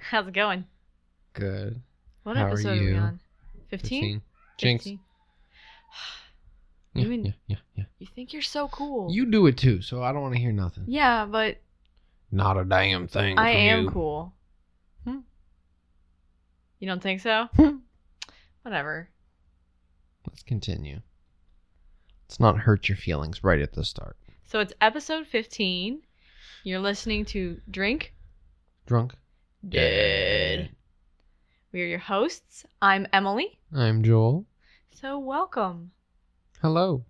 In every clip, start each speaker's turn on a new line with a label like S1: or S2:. S1: How's it going?
S2: Good.
S1: What
S2: How are
S1: episode are, we
S2: you?
S1: on? 15?
S2: Jinx.
S1: 15.
S2: Yeah,
S1: You mean-
S2: yeah, yeah, yeah.
S1: You think you're so cool.
S2: You do it too, so I don't want to hear nothing.
S1: Yeah, but
S2: Not a damn thing.
S1: I
S2: from
S1: am
S2: you.
S1: cool. Hmm? You don't think so?
S2: Hmm.
S1: Whatever.
S2: Let's continue. Let's not hurt your feelings right at the start.
S1: So it's episode 15. You're listening to Drink
S2: Drunk?
S1: Dead. We are your hosts. I'm Emily.
S2: I'm Joel.
S1: So welcome.
S2: Hello.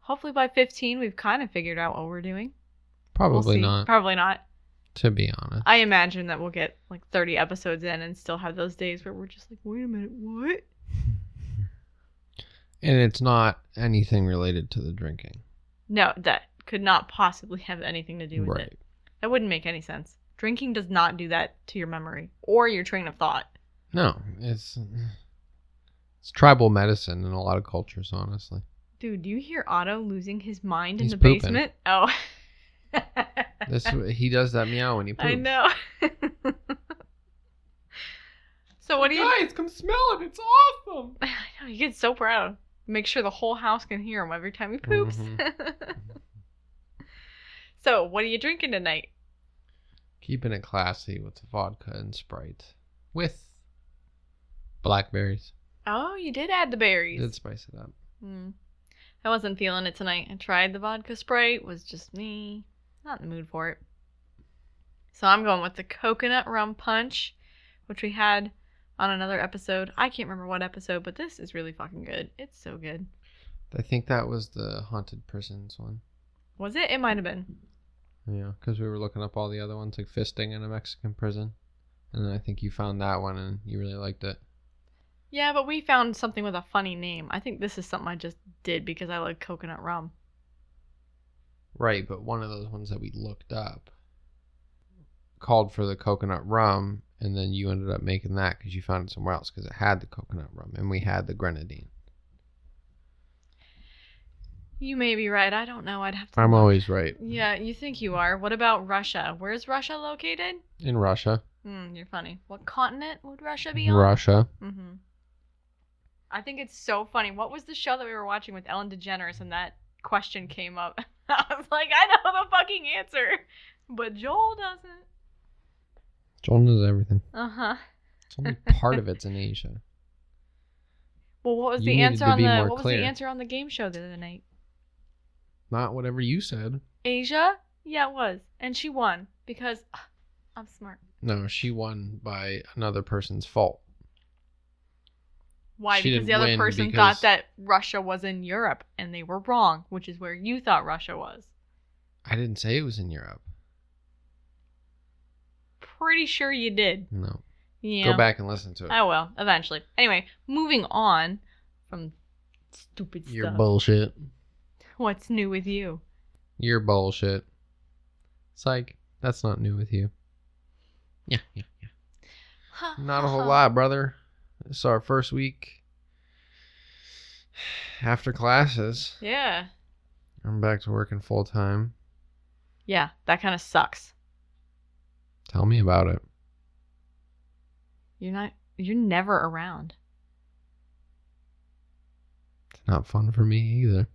S1: Hopefully by 15 we've kind of figured out what we're doing. We'll
S2: Probably
S1: see.
S2: not,
S1: Probably not.
S2: to be honest.
S1: I imagine that we'll get like 30 episodes in and still have those days where we're just like, wait a minute, what?
S2: and it's not anything related to the drinking.
S1: No, that could not possibly have anything to do with
S2: Right.
S1: it. That wouldn't make any sense. Drinking does not do that to your memory or your train of thought.
S2: No, it's it's tribal medicine in a lot of cultures, honestly.
S1: Dude, do you hear Otto losing his mind in
S2: He's
S1: the
S2: pooping.
S1: basement? Oh.
S2: This he does that meow when he poops.
S1: I know. so what do you
S2: Guys, come smell it. It's awesome.
S1: I know, he gets so proud. Make sure the whole house can hear him every time he poops.
S2: Mm-hmm.
S1: so, what are you drinking tonight?
S2: Keeping it classy with vodka and Sprite with blackberries.
S1: Oh, you did add the berries.
S2: Did spice it up.
S1: Hmm. I wasn't feeling it tonight. I tried the vodka Sprite, was just me. Not in the mood for it. So, I'm going with the coconut rum punch, which we had on another episode. I can't remember what episode, but this is really fucking good. It's so good.
S2: I think that was the haunted prisons one.
S1: Was it? It might have been.
S2: Yeah, because we were looking up all the other ones, like fisting in a Mexican prison, and then I think you found that one and you really liked it.
S1: Yeah, but we found something with a funny name. I think this is something I just did because I like coconut rum.
S2: Right, but one of those ones that we looked up called for the coconut rum, and then you ended up making that because you found it somewhere else because it had the coconut rum and we had the grenadine.
S1: You may be right. I don't know. I'd have to.
S2: I'm
S1: look.
S2: always right.
S1: Yeah, you think you are. What about Russia? Where's Russia located?
S2: In Russia,
S1: Hmm, you're funny. What continent would Russia be on?
S2: Russia,
S1: Mm-hmm. I think it's so funny. What was the show that we were watching with Ellen DeGeneres and that question came up? I was like, I know the fucking answer, but Joel doesn't.
S2: Joel knows everything.
S1: Uh huh.
S2: It's only part of it's in Asia.
S1: Well, what was
S2: You
S1: the
S2: needed
S1: answer
S2: to
S1: on
S2: be
S1: the
S2: more
S1: what was
S2: clear.
S1: the answer on the game show the other night?
S2: Not whatever you said.
S1: Asia? Yeah, it was. And she won because ah, I'm smart.
S2: No, she won by another person's fault.
S1: Why?
S2: She
S1: because the
S2: didn't
S1: other
S2: win
S1: person
S2: because-
S1: thought that Russia was in Europe and they were wrong, which is where you thought Russia was.
S2: I didn't say it was in Europe.
S1: Pretty sure you did.
S2: No.
S1: Yeah.
S2: Go back and listen to it.
S1: I will, Oh, eventually. Anyway, moving on from stupid
S2: Your
S1: stuff.
S2: bullshit.
S1: What's new with you?
S2: Your bullshit. Psych. That's not new with you. Yeah, yeah, yeah. Not a whole lot, brother. It's our first week after classes.
S1: Yeah.
S2: I'm back to working full time.
S1: Yeah, that kind of sucks.
S2: Tell me about it.
S1: You're not you're never around.
S2: It's not fun for me either.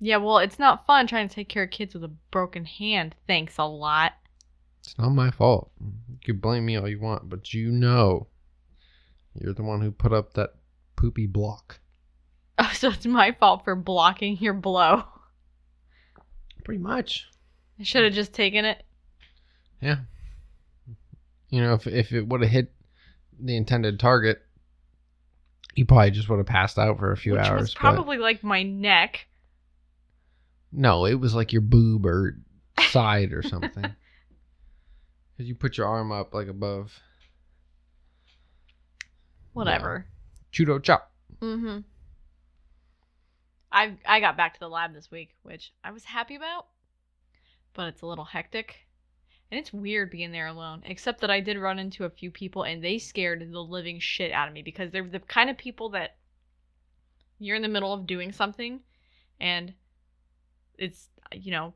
S1: Yeah, well, it's not fun trying to take care of kids with a broken hand. Thanks a lot.
S2: It's not my fault. You can blame me all you want, but you know you're the one who put up that poopy block.
S1: Oh, so it's my fault for blocking your blow.
S2: Pretty much.
S1: I should have just taken it.
S2: Yeah. You know, if if it would have hit the intended target, you probably just would have passed out for a few
S1: which
S2: hours.
S1: was
S2: but-
S1: probably like my neck.
S2: no, it was like your boob or side or something. Because you put your arm up like above.
S1: Whatever.
S2: Chudo chop.
S1: Mm-hmm. I I got back to the lab this week, which I was happy about, but it's a little hectic. And it's weird being there alone, except that I did run into a few people and they scared the living shit out of me because they're the kind of people that you're in the middle of doing something and it's, you know,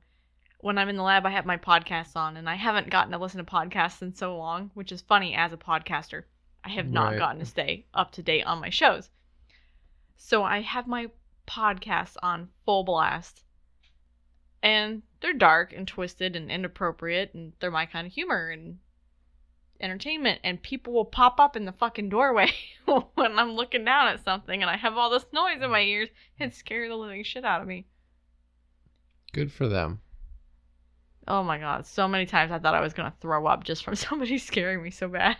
S1: when I'm in the lab, I have my podcasts on, and I haven't gotten to listen to podcasts in so long, which is funny as a podcaster. I have not
S2: Right.
S1: gotten to stay up to date on my shows. So I have my podcasts on full blast, and they're dark and twisted and inappropriate, and they're my kind of humor and entertainment. And people will pop up in the fucking doorway when I'm looking down at something, and I have all this noise in my ears. It scared the living shit out of me.
S2: Good for them.
S1: Oh my god, so many times I thought I was gonna throw up just from somebody scaring me so bad.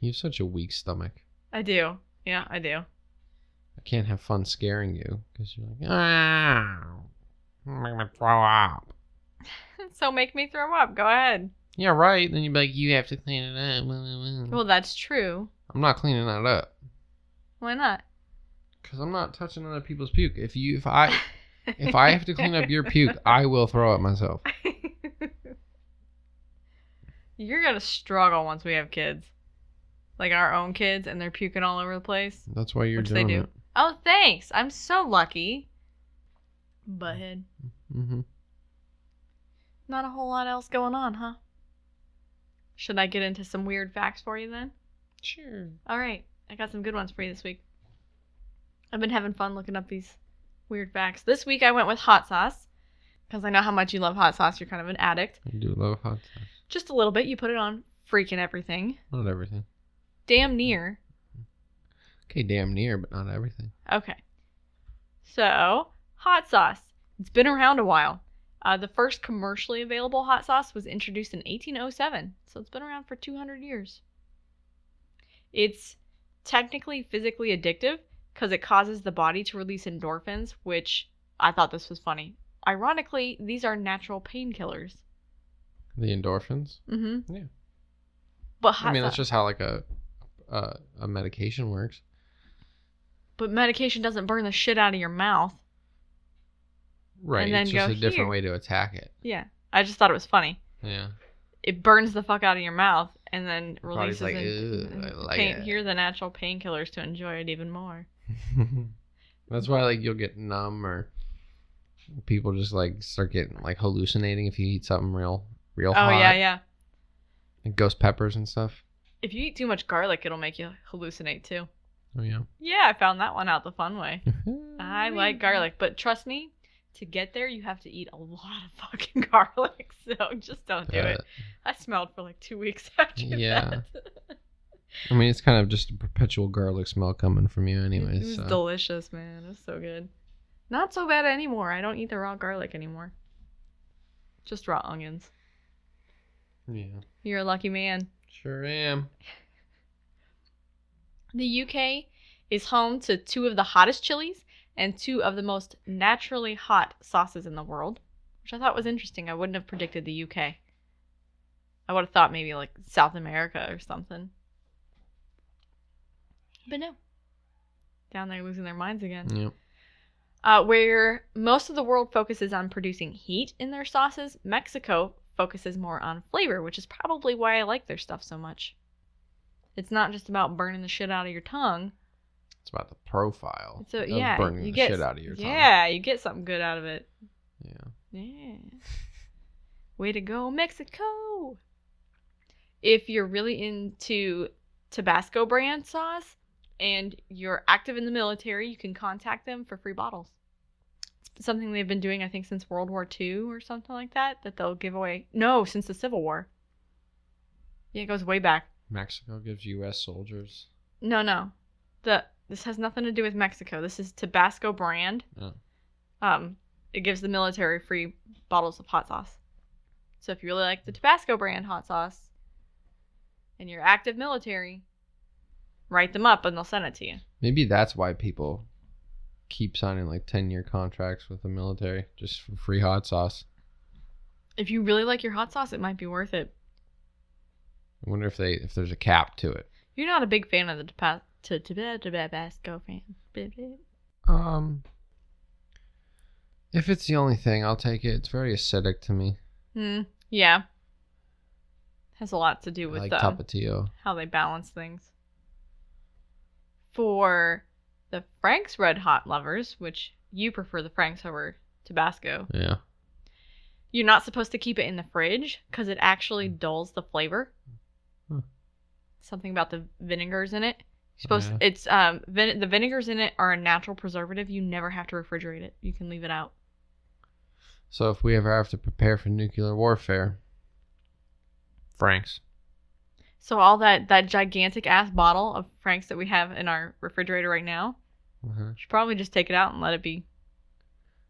S2: You have such a weak stomach.
S1: I do. Yeah, I do.
S2: I can't have fun scaring you because you're like, ah, I'm gonna throw up.
S1: so make me throw up. Go ahead.
S2: Yeah, right. Then you'd be like, you have to clean it up.
S1: Well, that's true.
S2: I'm not cleaning that up
S1: Why not?
S2: because I'm not touching other people's puke. If you, if I, if I have to clean up your puke, I will throw up myself.
S1: You're gonna struggle once we have kids. Like our own kids and they're puking all over the place.
S2: That's why you're
S1: Which they
S2: doing
S1: do.
S2: it.
S1: Oh, thanks. I'm so lucky. Butthead.
S2: Mm-hmm.
S1: Not a whole lot else going on, huh? Should I get into some weird facts for you then?
S2: Sure.
S1: All right, I got some good ones for you this week. I've been having fun looking up these weird facts. This week I went with hot sauce because I know how much you love hot sauce. You're kind of an addict.
S2: I do love hot sauce.
S1: Just a little bit. You put it on freaking everything.
S2: Not everything.
S1: Damn near.
S2: Okay, damn near, but not everything.
S1: Okay. So, hot sauce. It's been around a while. Uh, the first commercially available hot sauce was introduced in 1807, so it's been around for 200 years. It's technically physically addictive because it causes the body to release endorphins, which I thought this was funny. Ironically, these are natural painkillers.
S2: The endorphins.
S1: Mm-hmm.
S2: Yeah.
S1: But hot
S2: I mean, that's
S1: sauce-
S2: just how like a, a a medication works.
S1: but medication doesn't burn the shit out of your mouth.
S2: Right.
S1: then
S2: It's just
S1: go
S2: a different
S1: here.
S2: way to attack it.
S1: Yeah. I just thought it was funny.
S2: Yeah.
S1: it burns the fuck out of your mouth and then
S2: body's
S1: releases
S2: like,
S1: and,
S2: "Ew, I
S1: and
S2: like
S1: pain-
S2: it."
S1: here are the natural painkillers to enjoy it even more.
S2: That's why like you'll get numb or people just like start getting like hallucinating if you eat something real real
S1: Oh
S2: hot.
S1: yeah, yeah.
S2: Like ghost peppers and stuff.
S1: If you eat too much garlic, it'll make you hallucinate too.
S2: Oh yeah.
S1: Yeah, I found that one out the fun way. I
S2: Oh,
S1: like garlic, but trust me, to get there you have to eat a lot of fucking garlic. So just don't do it. I smelled for like two weeks after
S2: yeah.
S1: that.
S2: I mean, it's kind of just a perpetual garlic smell coming from you,
S1: It-
S2: anyways.
S1: it was
S2: so.
S1: delicious, man. It was so good. Not so bad anymore. I don't eat the raw garlic anymore. Just raw onions.
S2: yeah,
S1: You're a lucky man.
S2: sure am.
S1: The UK is home to two of the hottest chilies and two of the most naturally hot sauces in the world, which I thought was interesting. I wouldn't have predicted the UK. I would have thought maybe like South America or something. But no. Down there losing their minds again.
S2: Yeah.
S1: Uh, where most of the world focuses on producing heat in their sauces, Mexico focuses more on flavor, which is probably why I like their stuff so much. It's not just about burning the shit out of your tongue.
S2: It's about the profile.
S1: So
S2: of
S1: yeah,
S2: burning
S1: you
S2: the
S1: get
S2: shit out of your tongue.
S1: yeah, you get something good out of it.
S2: Yeah.
S1: Yeah. Way to go, Mexico! If you're really into Tabasco brand sauce and you're active in the military, you can contact them for free bottles. It's something they've been doing, I think, since World War II or something like that, that they'll give away. No, since the Civil War. Yeah, it goes way back.
S2: Mexico gives U.S. soldiers.
S1: No, no. The this has nothing to do with Mexico. This is Tabasco brand.
S2: Oh.
S1: Um, it gives the military free bottles of hot sauce. So if you really like the Tabasco brand hot sauce, and you're active military, write them up and they'll send it to you.
S2: Maybe that's why people keep signing like ten-year contracts with the military just for free hot sauce.
S1: If you really like your hot sauce, it might be worth it.
S2: I wonder if they if there's a cap to it.
S1: You're not a big fan of the Tapa- to- to- to- to- Tabasco fan. Blah, blah.
S2: Um. If it's the only thing, I'll take it. It's very acidic to me.
S1: Hmm. Yeah. Has a lot to do
S2: I
S1: with um,
S2: like
S1: the
S2: Tapatio.
S1: how they balance things. For the Frank's Red Hot lovers, which you prefer the Frank's over Tabasco,
S2: Yeah.
S1: You're not supposed to keep it in the fridge because it actually dulls the flavor.
S2: Hmm.
S1: Something about the vinegars in it. You're supposed
S2: Yeah.
S1: it's um vin- the vinegars in it are a natural preservative. You never have to refrigerate it. You can leave it out.
S2: So if we ever have to prepare for nuclear warfare, Frank's.
S1: So all that that gigantic ass bottle of Frank's that we have in our refrigerator right now,
S2: Uh-huh.
S1: should probably just take it out and let it be.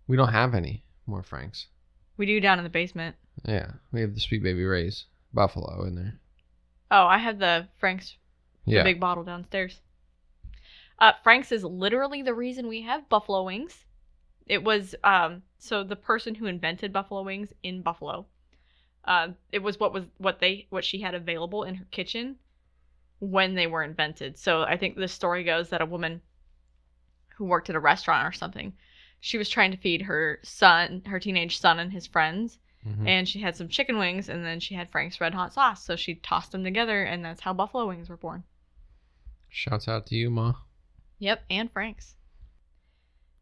S2: We don't have any more Frank's.
S1: We do down in the basement.
S2: Yeah, we have the Sweet Baby Ray's Buffalo in there.
S1: Oh, I had the Frank's the
S2: Yeah,
S1: big bottle downstairs. Uh, Frank's is literally the reason we have buffalo wings. It was um, so the person who invented buffalo wings in Buffalo, uh, it was what was what they what she had available in her kitchen when they were invented. So I think the story goes that a woman who worked at a restaurant or something, she was trying to feed her son, her teenage son, and his friends,
S2: Mhm.
S1: and she had some chicken wings, and then she had Frank's red hot sauce. So she tossed them together, and that's how buffalo wings were born.
S2: Shouts out to you, Ma.
S1: Yep, and Frank's.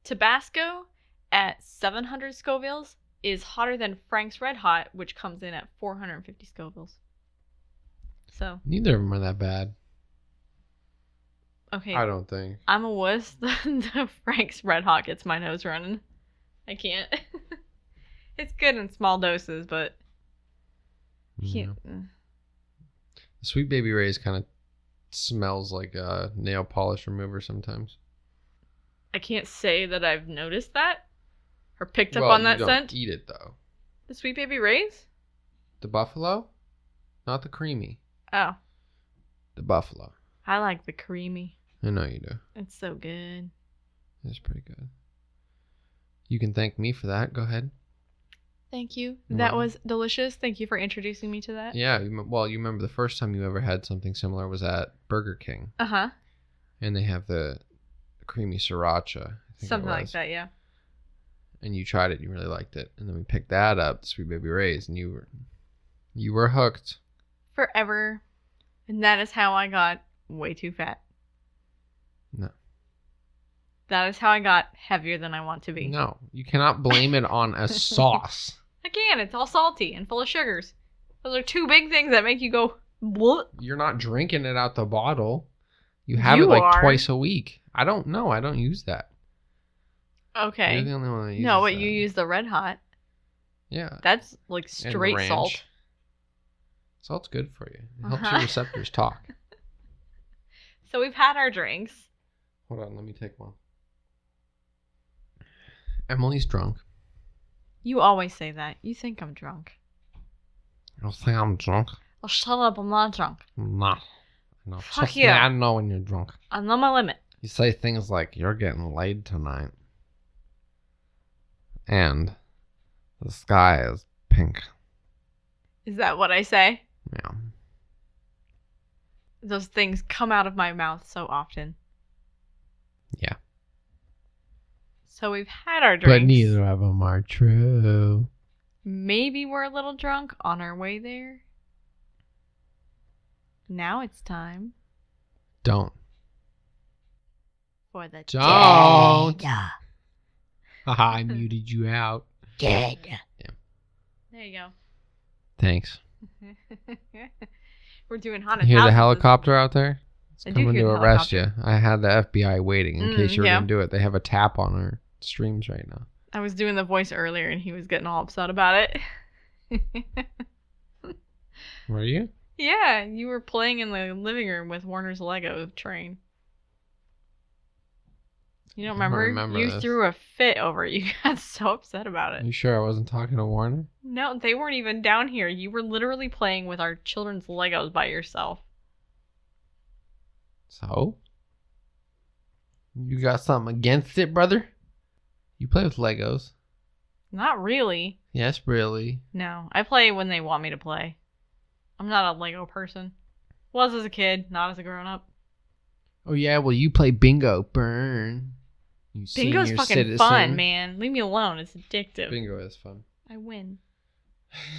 S1: Tabasco at 700 Scovilles is hotter than Frank's Red Hot, which comes in at 450 Scovilles. So,
S2: Neither of them are that bad.
S1: okay,
S2: I don't think.
S1: I'm a wuss. the Frank's Red Hot gets my nose running. I can't. it's good in small doses, but
S2: Yeah.
S1: can't. mm.
S2: The Sweet Baby Ray's kind of smells like uh, nail polish remover sometimes.
S1: I can't say that I've noticed that or picked up
S2: Well,
S1: on
S2: you
S1: that
S2: don't
S1: scent.
S2: Eat it though.
S1: The Sweet Baby Ray's?
S2: The buffalo, not the creamy.
S1: Oh,
S2: The buffalo.
S1: I like the creamy.
S2: I know you do.
S1: It's so good.
S2: It's pretty good. You can thank me for that. Go ahead.
S1: Thank you.
S2: You're
S1: That
S2: welcome.
S1: was delicious. Thank you for introducing me to that.
S2: Yeah. You, m- well, you remember the first time you ever had something similar was at Burger King,
S1: Uh huh.
S2: and they have the creamy sriracha. I think it
S1: Something like
S2: was.
S1: that. Yeah.
S2: And you tried it. and You really liked it. And then we picked that up, the Sweet Baby Ray's, and you were, you were hooked.
S1: Forever. And that is how I got way too fat.
S2: No.
S1: That is how I got heavier than I want to be.
S2: No, you cannot blame it on a sauce.
S1: Again, it's all salty and full of sugars. Those are two big things that make you go what?
S2: You're not drinking it out the bottle. You have
S1: You
S2: it like
S1: are.
S2: twice a week. I don't know. I don't use that. You're the
S1: Okay.
S2: only one that uses
S1: No, but
S2: that.
S1: you use the red hot.
S2: Yeah.
S1: That's like
S2: uh, and
S1: straight
S2: ranch.
S1: salt.
S2: Salt's good for you. It helps
S1: Uh-huh.
S2: your receptors talk.
S1: So we've had our drinks.
S2: Hold on, let me take one. Emily's drunk.
S1: You always say that. You think I'm drunk.
S2: I don't think I'm drunk.
S1: Oh, shut up. I'm not drunk.
S2: I'm not. No.
S1: Fuck
S2: Trust me,
S1: you.
S2: I know when you're drunk.
S1: I'm on my limit.
S2: You say things like, you're getting laid tonight. And the sky is pink.
S1: Is that what I say?
S2: Yeah.
S1: those things come out of my mouth so often.
S2: Yeah.
S1: So we've had our drinks.
S2: But neither of them are true.
S1: Maybe we're a little drunk on our way there. Now it's time
S2: Don't.
S1: for the
S2: Don't.
S3: Dead.
S2: Haha, I muted you out.
S3: Dead.
S1: There you
S2: Thanks.
S1: go. we're doing haunted
S2: You hear the
S1: houses.
S2: helicopter out there? It's
S1: I do
S2: coming
S1: hear
S2: to
S1: the
S2: arrest you. I had the FBI waiting in
S1: Mm,
S2: case you were
S1: yeah.
S2: going to do it. They have a tap on our streams right now.
S1: I was doing the voice earlier and he was getting all upset about it.
S2: Were you?
S1: yeah, you were playing in the living room with Warner's Lego train. You don't
S2: I don't
S1: remember?
S2: remember
S1: you
S2: this.
S1: threw a fit over it. You got so upset about it.
S2: You sure I wasn't talking to Warner?
S1: No, they weren't even down here. You were literally playing with our children's Legos by yourself.
S2: So? You got something against it, brother? You play with Legos.
S1: Not really.
S2: Yes, really.
S1: No, I play when they want me to play. I'm not a Lego person. Was as a kid, not as a grown up.
S2: Oh, yeah, well, you play bingo. Burn. You
S1: Bingo's
S2: senior
S1: fucking
S2: citizen.
S1: fun, man. Leave me alone. It's addictive.
S2: Bingo is fun.
S1: I win.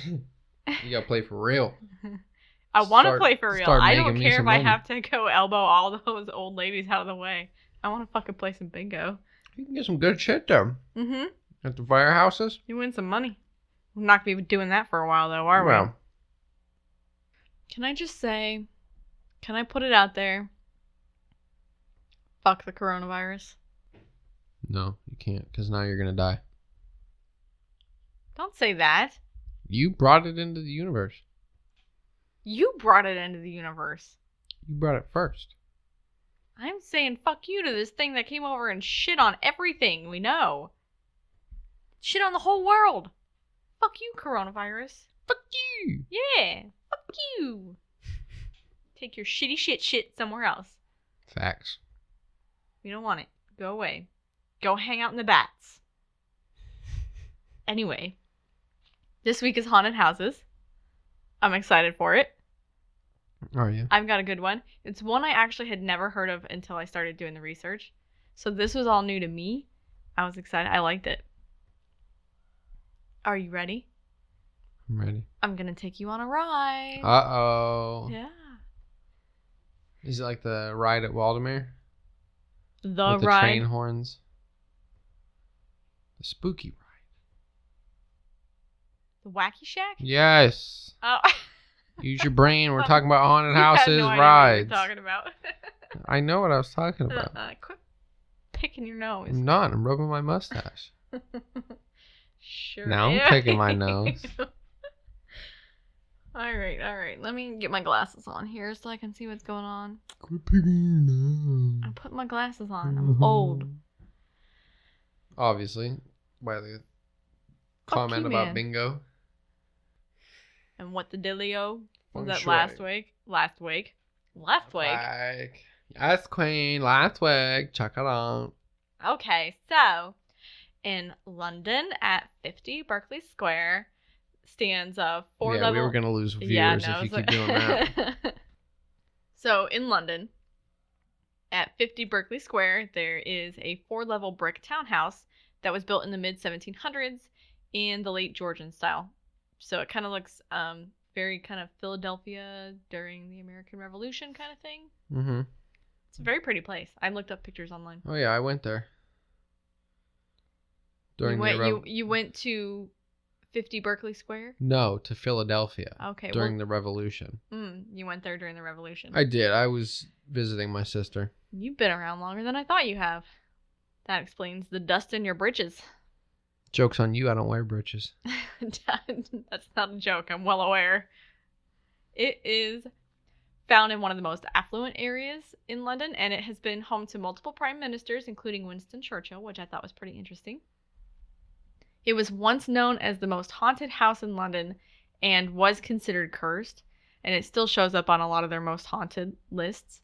S2: you gotta play for real.
S1: I want to
S2: Start-
S1: play for real.
S2: start
S1: I don't
S2: making me
S1: care if
S2: some
S1: I
S2: money.
S1: have to go elbow all those old ladies out of the way. I want to fucking play some bingo.
S2: You can get some good shit though
S1: Mm hmm.
S2: at the firehouses.
S1: You win some money. We're not gonna be doing that for a while though, are we?
S2: well,
S1: Can I just say, can I put it out there? Fuck the coronavirus.
S2: no, you can't because now you're gonna die.
S1: Don't say that.
S2: You brought it into the universe.
S1: You brought it into the universe.
S2: You brought it first.
S1: I'm saying fuck you to this thing that came over and shit on everything we know. Shit on the whole world. Fuck you, coronavirus.
S2: Fuck you.
S1: Yeah. Fuck you. Take your shitty shit shit somewhere else.
S2: Facts.
S1: We don't want it. Go away. Go hang out in the bats. Anyway, this week is haunted houses. I'm excited for it.
S2: Are you?
S1: I've got a good one. It's one I actually had never heard of until I started doing the research. So this was all new to me. I was excited. I liked it. Are you ready?
S2: I'm ready.
S1: I'm going to take you on a ride.
S2: Uh oh.
S1: yeah.
S2: Is it like the ride at Waldemere?
S1: The
S2: With the
S1: ride.
S2: train horns. The spooky ride.
S1: The Wacky Shack?
S2: Yes.
S1: Oh.
S2: Use your brain. We're talking about haunted
S1: You had
S2: houses,
S1: no idea what you were
S2: rides.
S1: talking about.
S2: I know what I was talking about.
S1: uh-uh. Quit picking your nose.
S2: I'm not. I'm rubbing my mustache.
S1: sure.
S2: Now I'm
S1: am.
S2: picking my nose.
S1: all right, all right. Let me get my glasses on here so I can see what's going on.
S2: Quit picking
S1: I put my glasses on.
S2: Mm-hmm.
S1: I'm old.
S2: Obviously, by the
S1: Fuck
S2: comment
S1: you,
S2: about
S1: man.
S2: bingo.
S1: And what the dealio? Was
S2: Feng
S1: that
S2: shui.
S1: last week? Last week? Last week?
S2: Like, yes, queen. Last week. Check it out.
S1: Okay, so in London at 50 Berkeley Square stands a four
S2: yeah,
S1: level.
S2: we were gonna lose viewers if you
S1: it's
S2: keep doing that.
S1: so in London, at 50 Berkeley Square, there is a four level brick townhouse that was built in the mid 1700s in the late Georgian style. So it kind of looks um, very kind of Philadelphia during the American Revolution kind of thing.
S2: Mm-hmm.
S1: It's a very pretty place. I looked up pictures online.
S2: Oh yeah, I went there during
S1: you went,
S2: the rev-
S1: you, you went to 50 Berkeley Square?
S2: no to Philadelphia
S1: Okay.
S2: during
S1: well,
S2: the Revolution.
S1: mm, you went there during the Revolution.
S2: I did. I was visiting my sister.
S1: You've been around longer than I thought you have. That explains the dust in your britches.
S2: Jokes on you. I don't wear britches.
S1: That's not a joke, I'm well aware. It is found in one of the most affluent areas in London, and it has been home to multiple prime ministers, including Winston Churchill, which I thought was pretty interesting. It was once known as the most haunted house in London and was considered cursed, and it still shows up on a lot of their most haunted lists.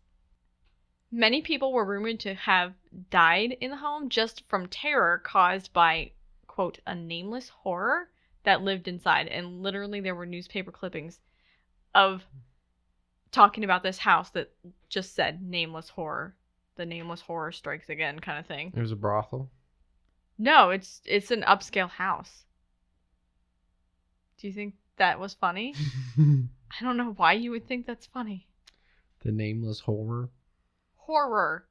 S1: Many people were rumored to have died in the home just from terror caused by, quote, a nameless horror that lived inside. And literally, there were newspaper clippings of talking about this house that just said nameless horror. The nameless horror strikes again, kind of thing.
S2: It was a brothel.
S1: No, it's it's an upscale house. Do you think that was funny?
S2: the
S1: I don't know why you would think that's funny.
S2: nameless horror.
S1: Horror.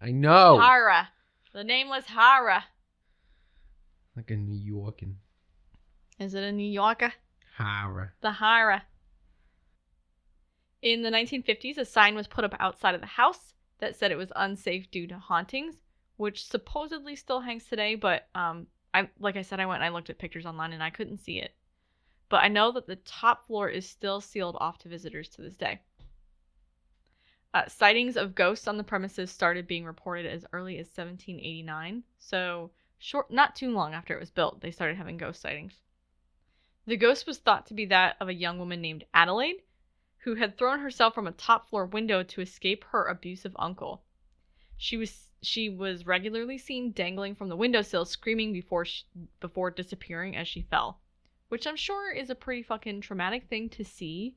S2: I know.
S1: Horror. The nameless horror.
S2: Like a New York and
S1: Is it a New Yorker?
S2: horror.
S1: The Hira. In the 1950s, a sign was put up outside of the house that said it was unsafe due to hauntings, which supposedly still hangs today. But um, I like I said, I went and I looked at pictures online and I couldn't see it. But I know that the top floor is still sealed off to visitors to this day. Uh, sightings of ghosts on the premises started being reported as early as 1789, so short, not too long after it was built, they started having ghost sightings. The ghost was thought to be that of a young woman named Adelaide, who had thrown herself from a top floor window to escape her abusive uncle. She was she was regularly seen dangling from the windowsill, screaming before sh before disappearing as she fell, which I'm sure is a pretty fucking traumatic thing to see.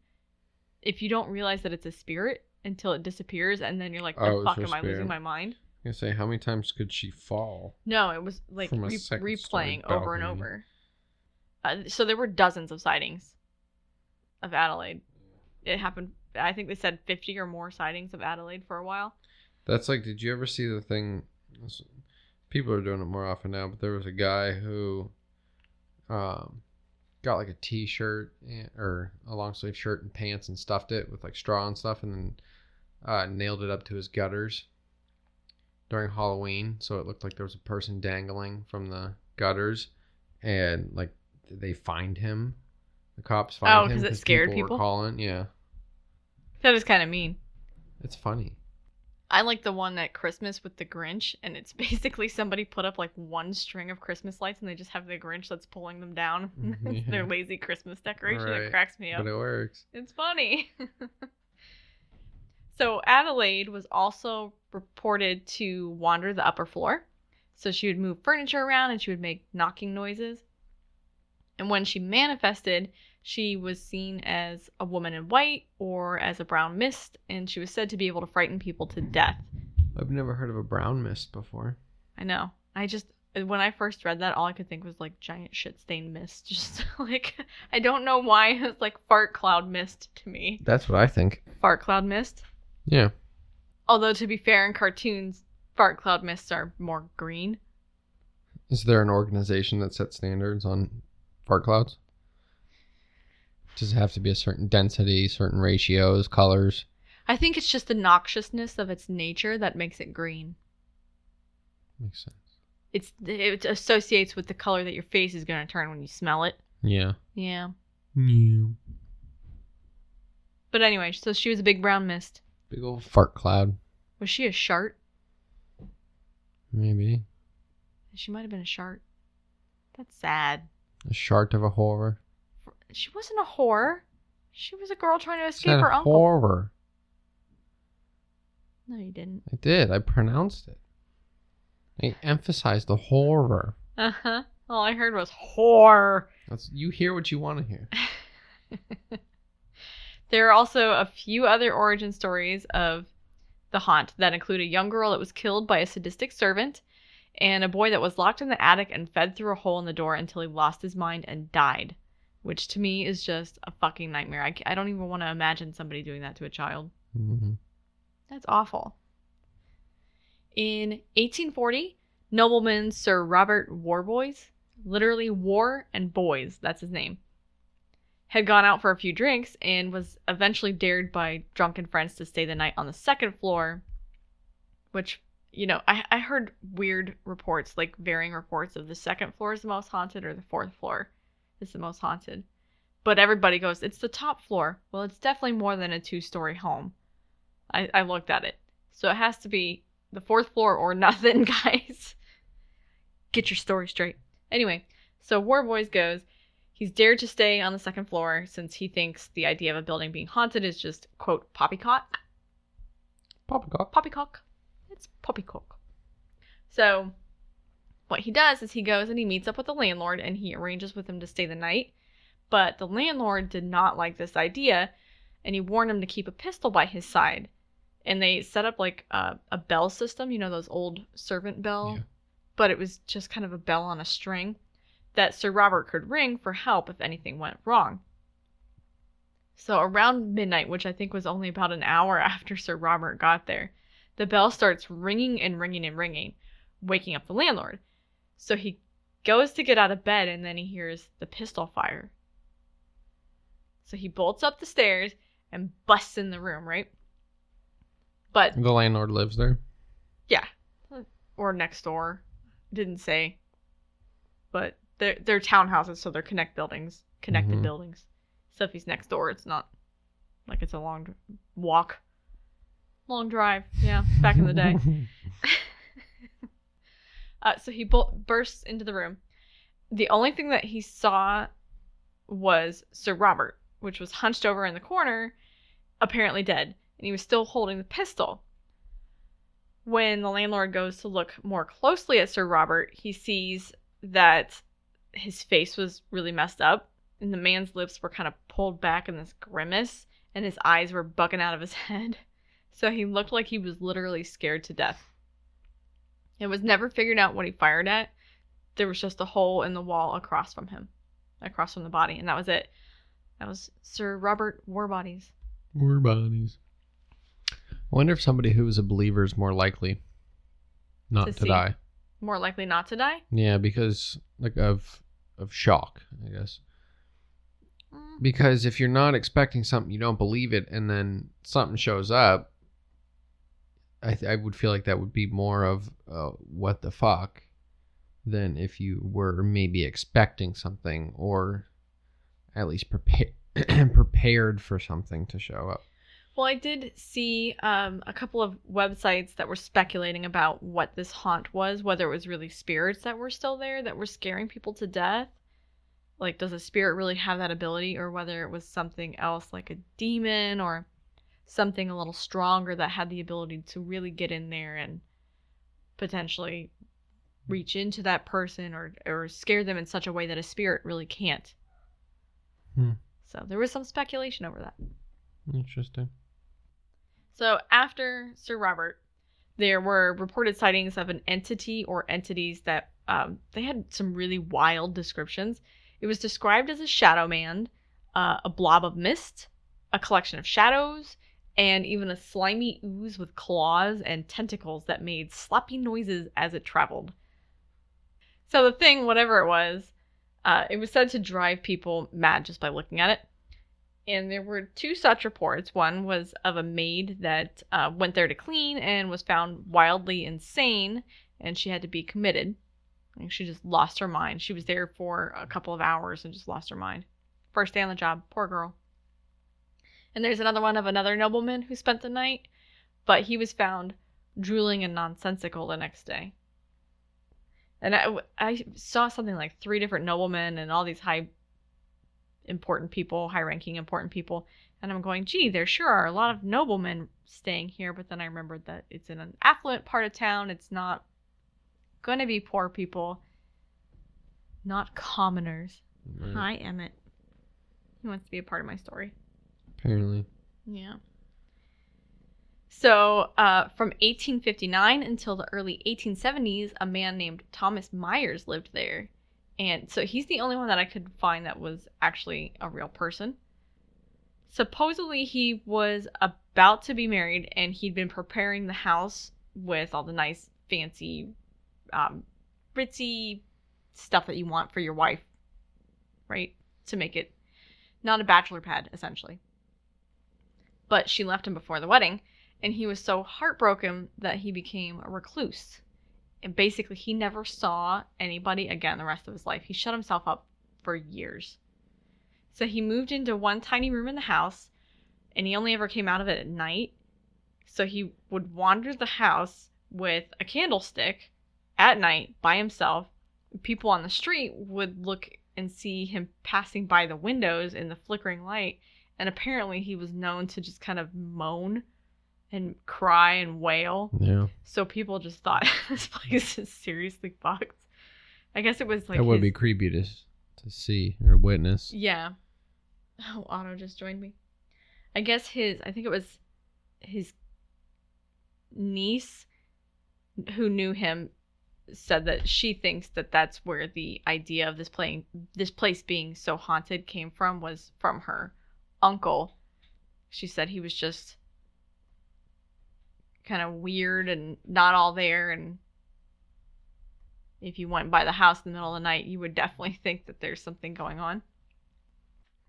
S1: If you don't realize that it's a spirit until it disappears, and then you're like, "The
S2: Oh, it's
S1: fuck
S2: her
S1: am I losing
S2: spirit.
S1: my mind?"
S2: I was gonna say, how many times could she fall?
S1: No, it was like
S2: From a
S1: re-
S2: second story
S1: replaying over and
S2: balcony.
S1: over. Uh, so there were dozens of sightings of Adelaide. It happened. I think they said fifty or more sightings of Adelaide for a while.
S2: That's like, did you ever see the thing? this- People are doing it more often now, but there was a guy who, um, got like a t-shirt and, or a long sleeve shirt and pants and stuffed it with like straw and stuff and then uh, nailed it up to his gutters during Halloween so it looked like there was a person dangling from the gutters and like they find him the cops find
S1: Oh,
S2: him
S1: 'cause it scared
S2: were
S1: people?
S2: calling yeah
S1: That is kind of mean.
S2: it's funny
S1: I like the one that Christmas with the Grinch, and it's basically somebody put up like one string of Christmas lights, and they just have the Grinch that's pulling them down. it's their
S2: Mm-hmm. Yeah.
S1: lazy Christmas decoration. It
S2: Right.
S1: cracks me up.
S2: but it works
S1: It's funny. so Adelaide was also reported to wander the upper floor. So she would move furniture around and she would make knocking noises. And when she manifested, she was seen as a woman in white or as a brown mist, and she was said to be able to frighten people to death.
S2: I've never heard of a brown mist before
S1: I know. I just when I first read that, all I could think was like giant shit stained mist. Just like I don't know why it's like fart cloud mist to me.
S2: that's what I think
S1: Fart cloud mist.
S2: yeah
S1: Although to be fair, in cartoons, fart cloud mists are more green.
S2: Is there an organization that sets standards on fart clouds? Does it have to be a certain density, certain ratios, colors?
S1: I think it's just the noxiousness of its nature that makes it green.
S2: Makes sense.
S1: It's it associates with the color that your face is going to turn when you smell it.
S2: Yeah.
S1: Yeah.
S2: yeah.
S1: But anyway, so she was a big brown mist.
S2: Big old fart cloud,
S1: Was she a shart?
S2: maybe.
S1: She might have been a shart. That's sad.
S2: A shart of a horror.
S1: She wasn't a whore. She was a girl trying to
S2: It's
S1: escape
S2: not
S1: her
S2: a
S1: uncle.
S2: horror.
S1: No, you didn't.
S2: I did. I pronounced it. I emphasized the horror.
S1: Uh huh. All I heard was whore.
S2: That's you hear what you want to hear.
S1: There are also a few other origin stories of the haunt that include a young girl that was killed by a sadistic servant and a boy that was locked in the attic and fed through a hole in the door until he lost his mind and died, which to me is just a fucking nightmare. I, ca- I don't even want to imagine somebody doing that to a child.
S2: Mhm.
S1: That's awful. In 1840, nobleman Sir Robert Warboys, literally War and Boys, that's his name, had gone out for a few drinks and was eventually dared by drunken friends to stay the night on the second floor, which, you know, I, I heard weird reports, like varying reports of the second floor is the most haunted or the fourth floor is the most haunted. But everybody goes, it's the top floor. Well, it's definitely more than a two story home. I, I looked at it. So it has to be the fourth floor or nothing, guys. Get your story straight. Anyway, so War Boys goes. He's dared to stay on the second floor since he thinks the idea of a building being haunted is just, quote, poppycock.
S2: Poppycock.
S1: Poppycock. It's poppycock. So what he does is he goes and he meets up with the landlord and he arranges with him to stay the night. But the landlord did not like this idea and he warned him to keep a pistol by his side. And they set up like a, a bell system, you know, those old servant bell,
S2: Yeah.
S1: but it was just kind of a bell on a string that Sir Robert could ring for help if anything went wrong. So around midnight, which I think was only about an hour after Sir Robert got there, the bell starts ringing and ringing and ringing, waking up the landlord. So he goes to get out of bed and then he hears the pistol fire. So he bolts up the stairs and busts in the room, right? But
S2: The landlord lives there.
S1: or next door, didn't say. But they're they're townhouses, so they're connect buildings, connected
S2: Mhm.
S1: buildings. So if he's next door, it's not like it's a long dr- walk, long drive. Yeah, back in the day. Uh, so he bol- bursts into the room. The only thing that he saw was Sir Robert, which was hunched over in the corner, apparently dead, and he was still holding the pistol. When the landlord goes to look more closely at Sir Robert, he sees that his face was really messed up, and the man's lips were kind of pulled back in this grimace, and his eyes were bugging out of his head. So he looked like he was literally scared to death. It was never figured out what he fired at. There was just a hole in the wall across from him, across from the body, and that was it. That was Sir Robert Warbodies.
S2: More bodies. I wonder if somebody who is a believer is more likely not
S1: To
S2: to,
S1: see.
S2: die.
S1: More likely not to die.
S2: Yeah, because like of of shock, I guess.
S1: Mm,
S2: Because if you're not expecting something, you don't believe it, and then something shows up, I, th- I would feel like that would be more of uh, what the fuck than if you were maybe expecting something or at least prepared prepared for something to show up.
S1: Well, I did see um, a couple of websites that were speculating about what this haunt was, whether it was really spirits that were still there that were scaring people to death. Like, does a spirit really have that ability, or whether it was something else like a demon or something a little stronger that had the ability to really get in there and potentially reach into that person or, or scare them in such a way that a spirit really can't.
S2: Hmm.
S1: So, there was some speculation over that.
S2: Interesting.
S1: So after Sir Robert, there were reported sightings of an entity or entities that um, they had some really wild descriptions. It was described as a shadow man, uh, a blob of mist, a collection of shadows, and even a slimy ooze with claws and tentacles that made sloppy noises as it traveled. So the thing, whatever it was, uh, it was said to drive people mad just by looking at it and there were two such reports. One was of a maid that uh, went there to clean and was found wildly insane, and she had to be committed. And she just lost her mind. She was there for a couple of hours and just lost her mind. First day on the job, poor girl. And there's another one of another nobleman who spent the night, but he was found drooling and nonsensical the next day. And I, I saw something like three different noblemen and all these high important people, high ranking important people. And I'm going, gee, there sure are a lot of noblemen staying here. But then I remembered that it's in an affluent part of town. It's not going to be poor people, not commoners.
S2: Mm.
S1: Hi, Emmett. He wants to be a part of my story.
S2: Apparently.
S1: Yeah. So, uh, from 1859 until the early 1870s, a man named Thomas Myers lived there. And so he's the only one that I could find that was actually a real person. Supposedly, he was about to be married and he'd been preparing the house with all the nice, fancy, um, ritzy stuff that you want for your wife, right? To make it not a bachelor pad, essentially but she left him before the wedding, and he was so heartbroken that he became a recluse. And basically, he never saw anybody again the rest of his life. He shut himself up for years. So he moved into one tiny room in the house, and he only ever came out of it at night. So he would wander the house with a candlestick at night by himself. People on the street would look and see him passing by the windows in the flickering light and apparently he was known to just kind of moan and cry and wail
S2: Yeah.
S1: so people just thought this place is seriously fucked i guess it was like
S2: that would
S1: his-
S2: be creepy to s- to see or witness.
S1: yeah oh otto just joined me i guess his i think it was his niece who knew him said that she thinks that that's where the idea of this playing this place being so haunted came from was from her uncle. She said he was just kind of weird and not all there and if you went by the house in the middle of the night, you would definitely think that there's something going on.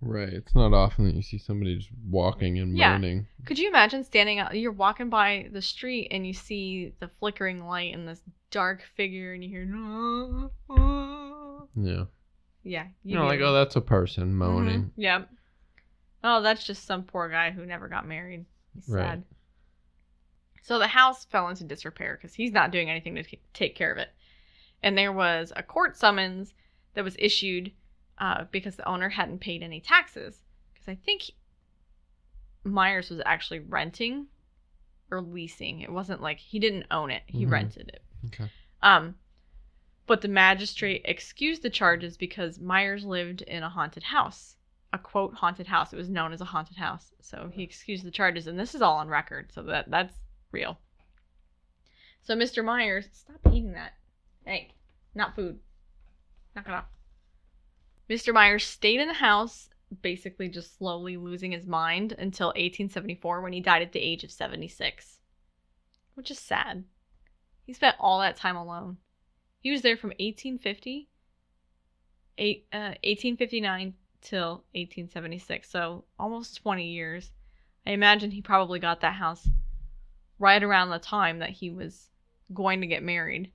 S2: Right. It's not often that you see somebody just walking and
S1: Yeah.
S2: moaning.
S1: Could you imagine standing out? You're walking by the street and you see the flickering light and this dark figure, and you hear, "Ah, ah."
S2: Yeah.
S1: yeah,
S2: You know, like, oh, that's a person moaning.
S1: Mhm. Yep. Oh, that's just some poor guy who never got married. He's
S2: Right.
S1: sad. So the house fell into disrepair because he's not doing anything to t- take care of it. And there was a court summons that was issued uh, because the owner hadn't paid any taxes. Because I think he- Myers was actually renting or leasing. It wasn't like he didn't own it, he
S2: Mhm.
S1: rented it.
S2: Okay.
S1: Um, but the magistrate excused the charges because Myers lived in a haunted house, a quote haunted house. It was known as a haunted house, so he excused the charges, and this is all on record, so that that's real. So Mr. Myers, stop eating that. Hey, not food. Knock it off. Mr. Myers stayed in the house, basically just slowly losing his mind until 1874 when he died at the age of 76, which is sad. He spent all that time alone. He was there from 1850, eight, uh, 1859 till 1876, so almost 20 years. I imagine he probably got that house right around the time that he was going to get married.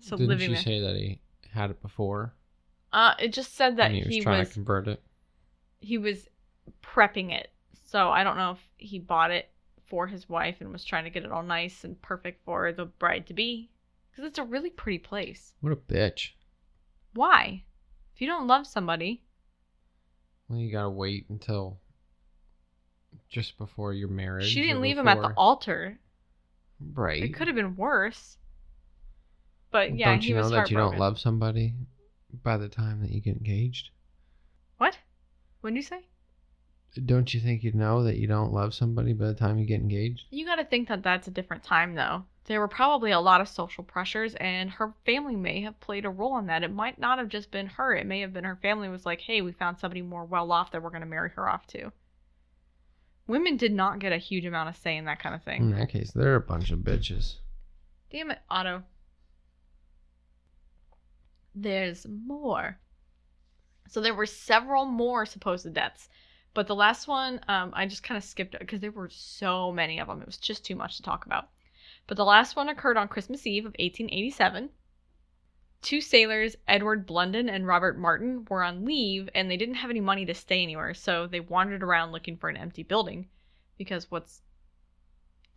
S1: So
S2: Didn't
S1: living
S2: she
S1: there.
S2: say that he had it before?
S1: uh, it just said that
S2: and
S1: he
S2: trying
S1: was
S2: to convert it.
S1: he was prepping it. So I don't know if he bought it for his wife and was trying to get it all nice and perfect for the bride to be. Because it's a really pretty place.
S2: What a bitch.
S1: Why? If you don't love somebody,
S2: Well, you gotta wait until just before your marriage.
S1: she
S2: or
S1: didn't leave him at the
S2: before-
S1: altar.
S2: Right.
S1: It could have been worse. But
S2: Well,
S1: yeah,
S2: don't
S1: he
S2: you
S1: was
S2: know that you don't
S1: heartbroken.
S2: love somebody by the time that you get engaged?
S1: What? What'd you say?
S2: Don't you think you know that you don't love somebody by the time you get engaged?
S1: You got to think that that's a different time, though. There were probably a lot of social pressures, and her family may have played a role in that. It might not have just been her. It may have been her family was like, hey, we found somebody more well off that we're going to marry her off to. Women did not get a huge amount of say in that kind of thing.
S2: In that case, they're a bunch of bitches.
S1: Damn it, Otto. There's more. So there were several more supposed deaths, but the last one um, I just kind of skipped because there were so many of them. It was just too much to talk about. But the last one occurred on Christmas Eve of 1887. Two sailors, Edward Blunden and Robert Martin, were on leave and they didn't have any money to stay anywhere, so they wandered around looking for an empty building because what's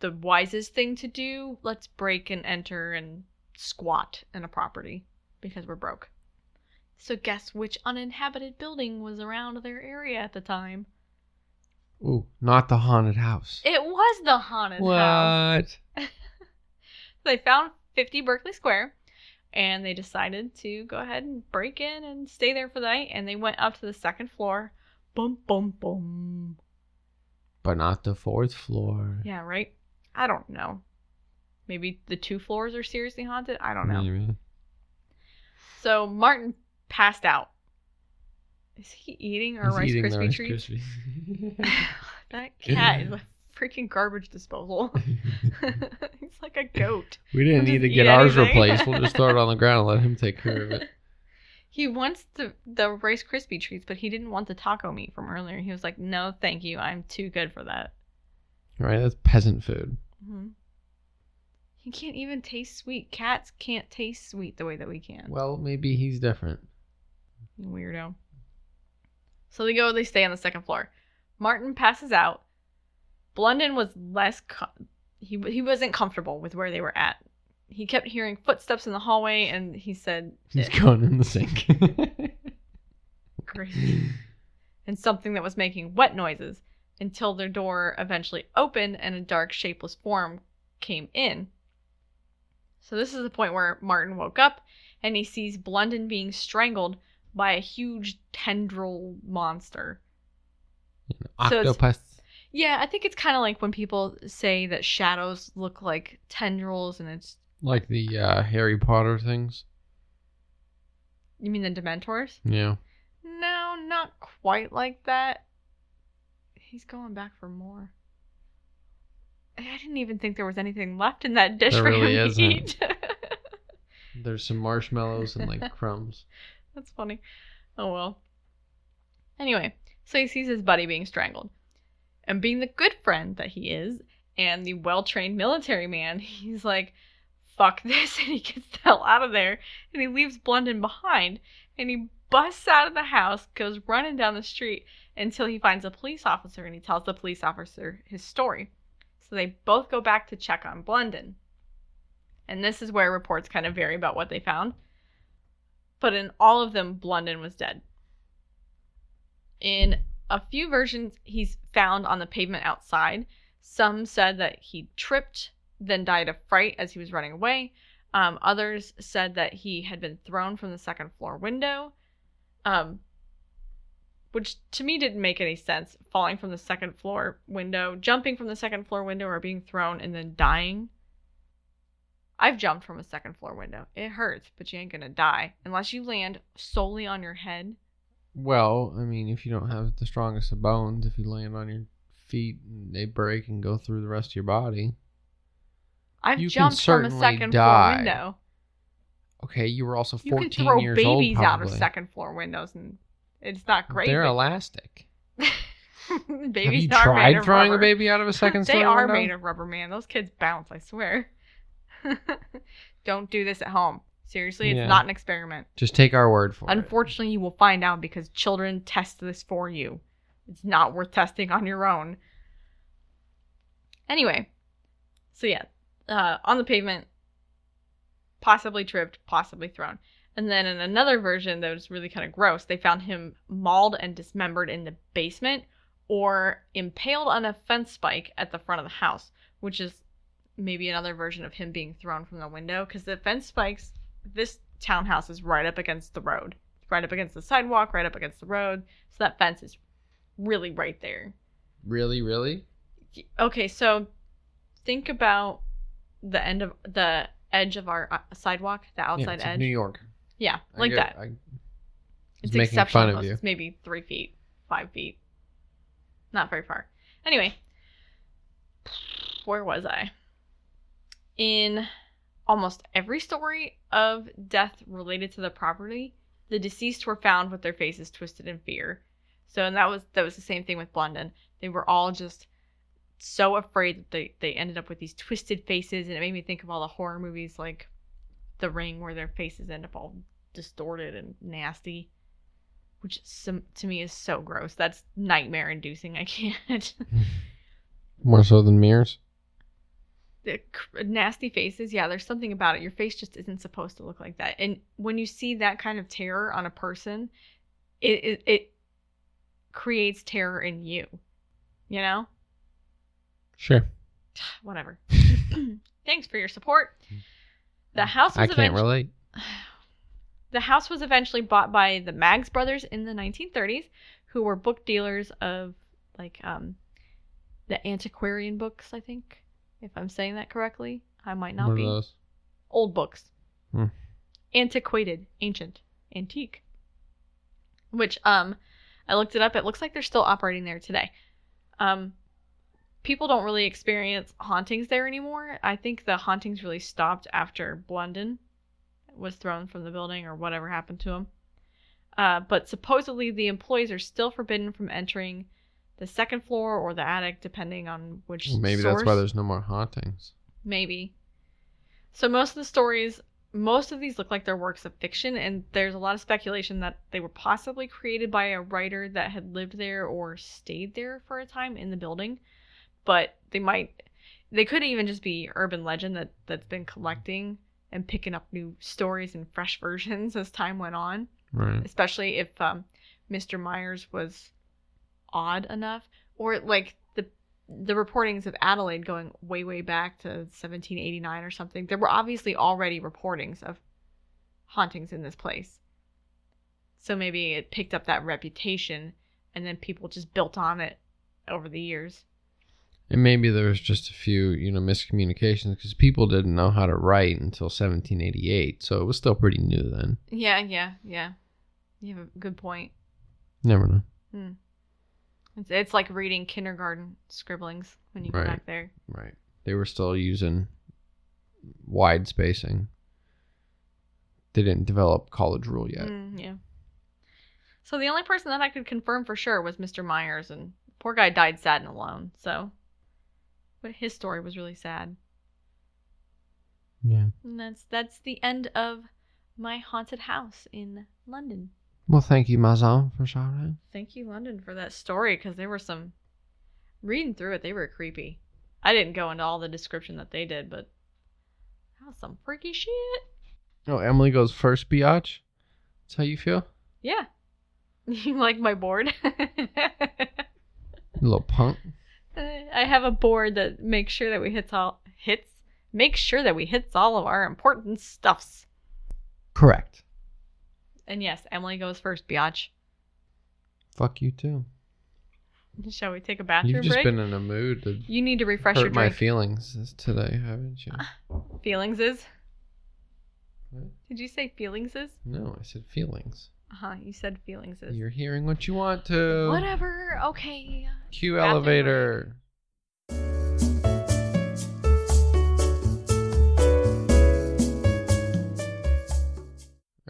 S1: the wisest thing to do let's break and enter and squat in a property because we're broke so guess which uninhabited building was around their area at the time
S2: Ooh, not the haunted house.
S1: it was the haunted house they found 50 berkeley square and they decided to go ahead and break in and stay there for the night and they went up to the second floor bum bum bum
S2: But not the fourth floor.
S1: yeah right i don't know maybe the two floors are seriously haunted i don't know
S2: Yeah.
S1: So Martin passed out. Is he eating our
S2: He's
S1: Rice
S2: eating the
S1: Krispie
S2: Rice
S1: treats?
S2: Krispies.
S1: that cat is a freaking garbage disposal. He's like a goat.
S2: we
S1: We'll
S2: didn't need
S1: just
S2: to
S1: eat
S2: get ours
S1: anything.
S2: replaced. We'll just throw it on the ground and let him take care of it.
S1: He wants the the Rice Krispie treats, but he didn't want the taco meat from earlier. He was like, "No, thank you. I'm too good for that."
S2: Right? That's peasant food.
S1: Mhm. He can't even taste sweet. Cats can't taste sweet the way that we can.
S2: Well, maybe he's different.
S1: Weirdo. So they go, they stay on the second floor. Martin passes out. Blunden was less, co- he, he wasn't comfortable with where they were at. He kept hearing footsteps in the hallway and he said,
S2: He's going in the sink.
S1: crazy, and something that was making wet noises until their door eventually opened and a dark, shapeless form came in. So this is the point where Martin woke up and he sees Blunden being strangled by a huge tendril monster. So it's-
S2: Octopus.
S1: Yeah, I think it's kind of like when people say that shadows look like tendrils, and it's
S2: Like the uh, Harry Potter things.
S1: you mean the Dementors?
S2: Yeah.
S1: No, not quite like that. He's going back for more. I didn't even think there was anything left in that dish
S2: There
S1: for
S2: really
S1: him
S2: isn't.
S1: to eat.
S2: There's some marshmallows and like crumbs.
S1: That's funny. Oh well. Anyway, so he sees his buddy being strangled. And being the good friend that he is and the well trained military man, he's like, fuck this. And he gets the hell out of there. And he leaves Blunden behind. And he busts out of the house, goes running down the street until he finds a police officer and he tells the police officer his story. So they both go back to check on Blunden. And this is where reports kind of vary about what they found but in all of them, Blunden was dead. In a few versions, he's found on the pavement outside. Some said that he tripped, then died of fright as he was running away. Um, others said that he had been thrown from the second floor window, um, which to me didn't make any sense. Falling from the second floor window, jumping from the second floor window, or being thrown and then dying. I've jumped from a second floor window. It hurts, but you ain't gonna die unless you land solely on your head.
S2: Well, I mean, if you don't have the strongest of bones, if you land on your feet and they break and go through the rest of your body.
S1: I've
S2: You can
S1: jumped from a
S2: certainly
S1: second
S2: die.
S1: floor window.
S2: Okay, you were also
S1: You
S2: 14
S1: can throw
S2: years old.
S1: babies out of
S2: probably.
S1: second floor windows, and it's not great.
S2: They're elastic.
S1: babies
S2: Have you
S1: are made
S2: tried
S1: of
S2: throwing a
S1: rubber.
S2: baby out of a second
S1: they
S2: story
S1: are
S2: window?
S1: made of rubber, man. Those kids bounce. I swear. Don't do this at home. Seriously, it's
S2: Yeah.
S1: not an experiment.
S2: Just take our word for it.
S1: Unfortunately, you will find out because children test this for you. It's not worth testing on your own. Anyway, so yeah, uh, on the pavement, possibly tripped, possibly thrown. And then in another version that was really kind of gross, they found him mauled and dismembered in the basement or impaled on a fence spike at the front of the house, which is maybe another version of him being thrown from the window because the fence spikes this townhouse is right up against the road It's right up against the sidewalk right up against the road so that fence is really right there
S2: Really, really?
S1: okay so think about the end of the edge of our uh, sidewalk the outside
S2: it's like
S1: edge
S2: New York.
S1: yeah
S2: I
S1: like
S2: get-
S1: that
S2: I was
S1: it's
S2: making
S1: exceptional
S2: fun of
S1: close.
S2: you.
S1: It's maybe three feet, five feet. Not very far. Anyway, where was I? In almost every story of death related to the property, the deceased were found with their faces twisted in fear. So, and that was that was the same thing with Blunden. They were all just so afraid that they, they ended up with these twisted faces, and it made me think of all the horror movies like The Ring, where their faces end up all distorted and nasty, which some, to me is so gross. That's nightmare inducing. I can't.
S2: More so than mirrors?
S1: the cr- nasty faces. Yeah, there's something about it. Your face just isn't supposed to look like that. And when you see that kind of terror on a person, it it, it creates terror in you. You know.
S2: Sure.
S1: Whatever. Thanks for your support. The house was
S2: Hmm. I can't
S1: eventu-
S2: relate.
S1: The house was eventually bought by the Maggs brothers in the 1930s, who were book dealers of like um the antiquarian books, I think, if I'm saying that correctly. I might not
S2: What are
S1: be.
S2: those?
S1: Old books.
S2: Hmm.
S1: Antiquated, ancient, antique. Which um I looked it up. It looks like they're still operating there today. Um people don't really experience hauntings there anymore. I think the hauntings really stopped after Blunden was thrown from the building or whatever happened to him. Uh, but supposedly the employees are still forbidden from entering the second floor or the attic, depending on which.
S2: Well, maybe that's why
S1: source.
S2: there's no more hauntings.
S1: Maybe. So most of the stories, most of these look like they're works of fiction, and there's a lot of speculation that they were possibly created by a writer that had lived there or stayed there for a time in the building. But they might, they could even just be urban legend that that's been collecting and picking up new stories and fresh versions as time went on
S2: Right.
S1: especially if um, Mr. Myers was odd enough, or like the the reportings of Adelaide going way way back to 1789 or something. There were obviously already reportings of hauntings in this place, so maybe it picked up that reputation, and then people just built on it over the years.
S2: And maybe there was just a few, you know, miscommunications because people didn't know how to write until 1788, so it was still pretty new then.
S1: Yeah, yeah, yeah. You have a good point.
S2: Never know.
S1: It's, it's like reading kindergarten scribblings when you go
S2: Right.
S1: back there.
S2: Right. They were still using wide spacing. They didn't develop college rule yet.
S1: Mm, yeah. So the only person that I could confirm for sure was Mr. Myers, and the poor guy died sad and alone. So, but his story was really sad.
S2: Yeah.
S1: And that's that's the end of my haunted house in London.
S2: Well, thank you, Mazan, for shouting.
S1: Thank you, London, for that story because there were some reading through it. They were creepy. I didn't go into all the description that they did, but that was some freaky shit.
S2: Oh, Emily goes first, Biatch. That's how you feel?
S1: Yeah, you like my board?
S2: You little punk.
S1: Uh, I have a board that makes sure that we hits all hits makes sure that we hits all of our important stuffs.
S2: Correct.
S1: And yes, Emily goes first, Biatch.
S2: Fuck you, too.
S1: Shall we take a bathroom
S2: You've just
S1: break?
S2: been in a mood to
S1: You need to refresh your
S2: hurt my
S1: drink.
S2: feelings this- today, haven't you?
S1: feelings is.
S2: What?
S1: Did you say feelings is?
S2: No, I said feelings.
S1: Uh huh. You said feelings is.
S2: You're hearing what you want to.
S1: Whatever. Okay.
S2: Q
S1: Bathroom
S2: elevator.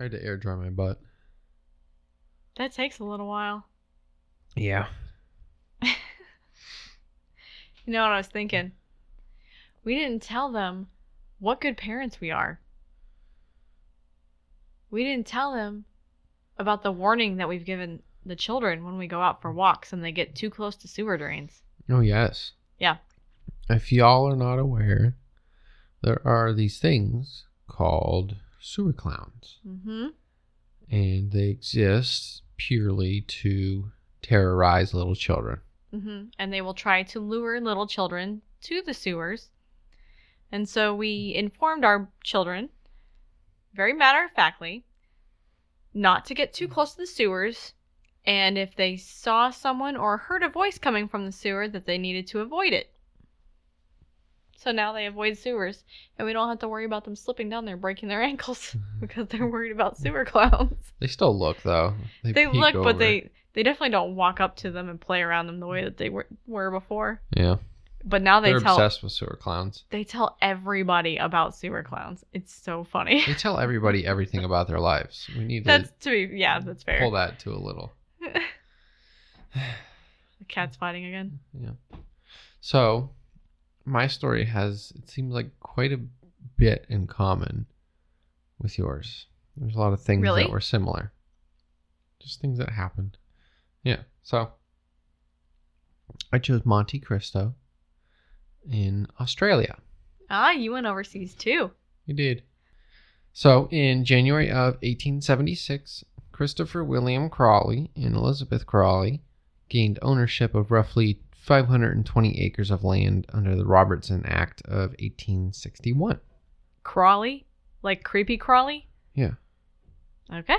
S2: had to air dry my butt.
S1: That takes a little while.
S2: Yeah.
S1: You know what I was thinking? We didn't tell them what good parents we are. We didn't tell them about the warning that we've given the children when we go out for walks and they get too close to sewer drains.
S2: Oh, yes.
S1: Yeah.
S2: If y'all are not aware, there are these things called sewer clowns,
S1: Mm-hmm.
S2: and they exist purely to terrorize little children.
S1: Mm-hmm. And they will try to lure little children to the sewers. And so we informed our children, very matter of factly, not to get too close to the sewers. And if they saw someone or heard a voice coming from the sewer, that they needed to avoid it. So now they avoid sewers, and we don't have to worry about them slipping down there, breaking their ankles, because they're worried about sewer clowns
S2: They still look, though.
S1: they
S2: peek
S1: look,
S2: over.
S1: but they they definitely don't walk up to them and play around them the way that they were were before.
S2: Yeah.
S1: But now they
S2: They are
S1: tell
S2: obsessed with sewer clowns.
S1: they tell everybody about sewer clowns. It's so funny.
S2: They tell everybody everything about their lives. We need
S1: that's to be yeah, that's
S2: to
S1: fair.
S2: pull that to a little.
S1: The cat's fighting again.
S2: Yeah. So, my story has, it seems like, quite a bit in common with yours. There's a lot of things
S1: Really?
S2: that were similar, just things that happened. Yeah. So, I chose Monte Cristo in Australia.
S1: Ah, you went overseas too.
S2: You did. So, in January of 1876, Christopher William Crawley and Elizabeth Crawley gained ownership of roughly 520 acres of land under the Robertson Act of 1861.
S1: Crawley, like creepy crawly.
S2: Yeah.
S1: Okay.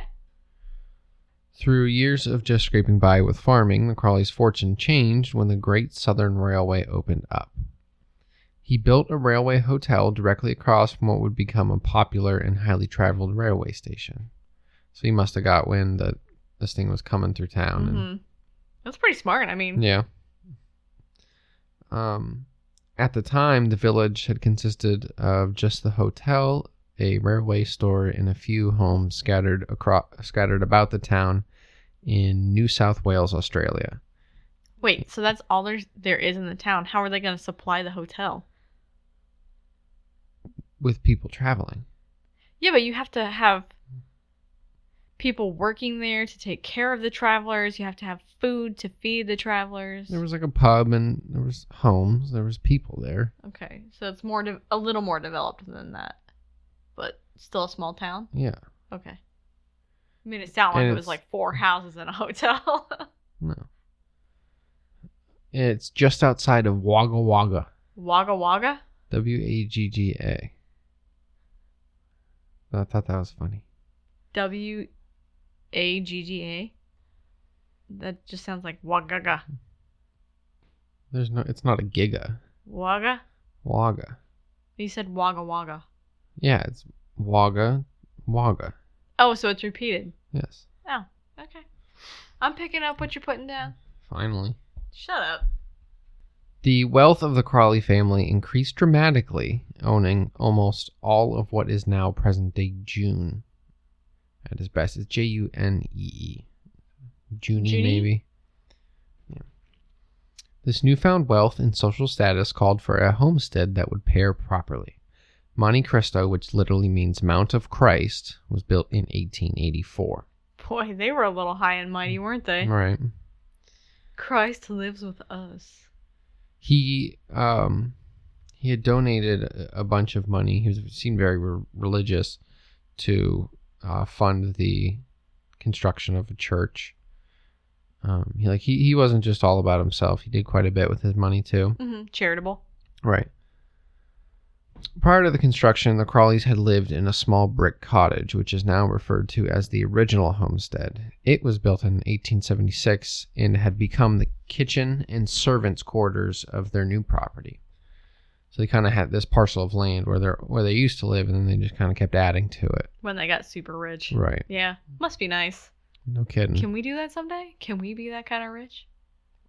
S2: Through years of just scraping by with farming, the Crawley's fortune changed when the Great Southern Railway opened up. He built a railway hotel directly across from what would become a popular and highly traveled railway station. So he must have got wind that this thing was coming through town. and-
S1: hmm That's pretty smart. I mean,
S2: yeah. Um, at the time, the village had consisted of just the hotel, a railway store, and a few homes scattered across, scattered about the town in New South Wales, Australia.
S1: wait. So that's all there's there is in the town. How are they going to supply the hotel?
S2: With people traveling,
S1: Yeah, but you have to have people working there to take care of the travelers. You have to have food to feed the travelers.
S2: there was like a pub, and there was homes, there was people there.
S1: okay, so it's more de- a little more developed than that, but still a small town.
S2: Yeah,
S1: Okay. I mean, it sounded like
S2: And
S1: it
S2: it's-
S1: was like four houses and a hotel.
S2: no. It's just outside of Wagga Wagga,
S1: Wagga Wagga.
S2: W A G G A. I thought that was funny.
S1: W A G G A. That just sounds like Wagga.
S2: There's no. It's not a giga.
S1: Wagga.
S2: Wagga.
S1: You said Wagga Wagga.
S2: Yeah, it's Wagga. Wagga.
S1: Oh, so it's repeated.
S2: Yes.
S1: Oh. Okay. I'm picking up what you're putting down.
S2: Finally.
S1: Shut up.
S2: The wealth of the Crawley family increased dramatically, owning almost all of what is now present day June. At its best, it's J U N E E. Junie,
S1: Junie?
S2: maybe. Yeah. This newfound wealth and social status called for a homestead that would pair properly. Monte Cristo, which literally means Mount of Christ, was built in 1884.
S1: Boy, they were a little high and mighty, weren't they?
S2: Right.
S1: Christ lives with us.
S2: he um he had donated a- a bunch of money he was seemed very re- religious to uh, fund the construction of a church um he like he, he wasn't just all about himself he did quite a bit with his money too
S1: hmm Charitable.
S2: right prior to the construction the crawleys had lived in a small brick cottage which is now referred to as the original homestead it was built in 1876 and had become the kitchen and servants quarters of their new property so they kind of had this parcel of land where they are where they used to live and then they just kind of kept adding to it
S1: When they got super rich.
S2: right Mm.
S1: Yeah. Must be nice.
S2: no kidding
S1: Can we do that someday? Can we be that kind of rich?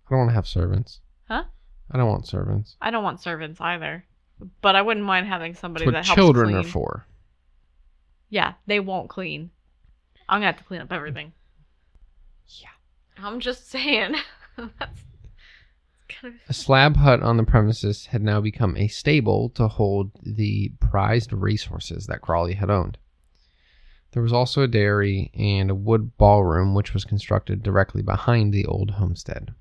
S2: i don't want to have servants
S1: Huh?
S2: i don't want servants
S1: I don't want servants either. But I wouldn't mind having somebody
S2: That's what
S1: that helps
S2: children
S1: clean.
S2: are for
S1: Yeah, they won't clean. I'm gonna have to clean up everything.
S2: Yeah.
S1: I'm just saying. That's kind
S2: A slab hut on the premises had now become a stable to hold the prized resources that Crawley had owned. There was also a dairy and a wood ballroom, which was constructed directly behind the old homestead.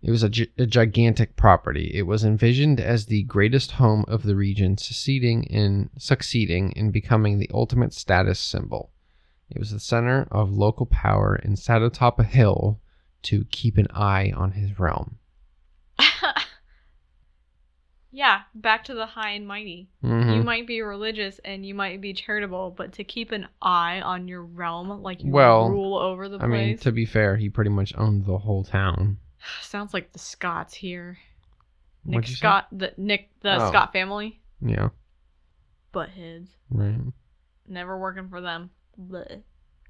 S2: It was a, gi- a gigantic property. It was envisioned as the greatest home of the region, succeeding in succeeding in becoming the ultimate status symbol. It was the center of local power and sat atop a hill to keep an eye on his realm.
S1: of. yeah, back to the high and mighty.
S2: Mm-hmm.
S1: You might be religious and you might be charitable, but to keep an eye on your realm, like you
S2: Well,
S1: rule over the
S2: I
S1: place.
S2: mean, to be fair, he pretty much owned the whole town.
S1: Sounds like the Scots here. Nick
S2: What'd you say?
S1: Scott, the Nick, the
S2: Oh.
S1: Scott family,
S2: Yeah,
S1: buttheads.
S2: right.
S1: Never working for them. Bleh.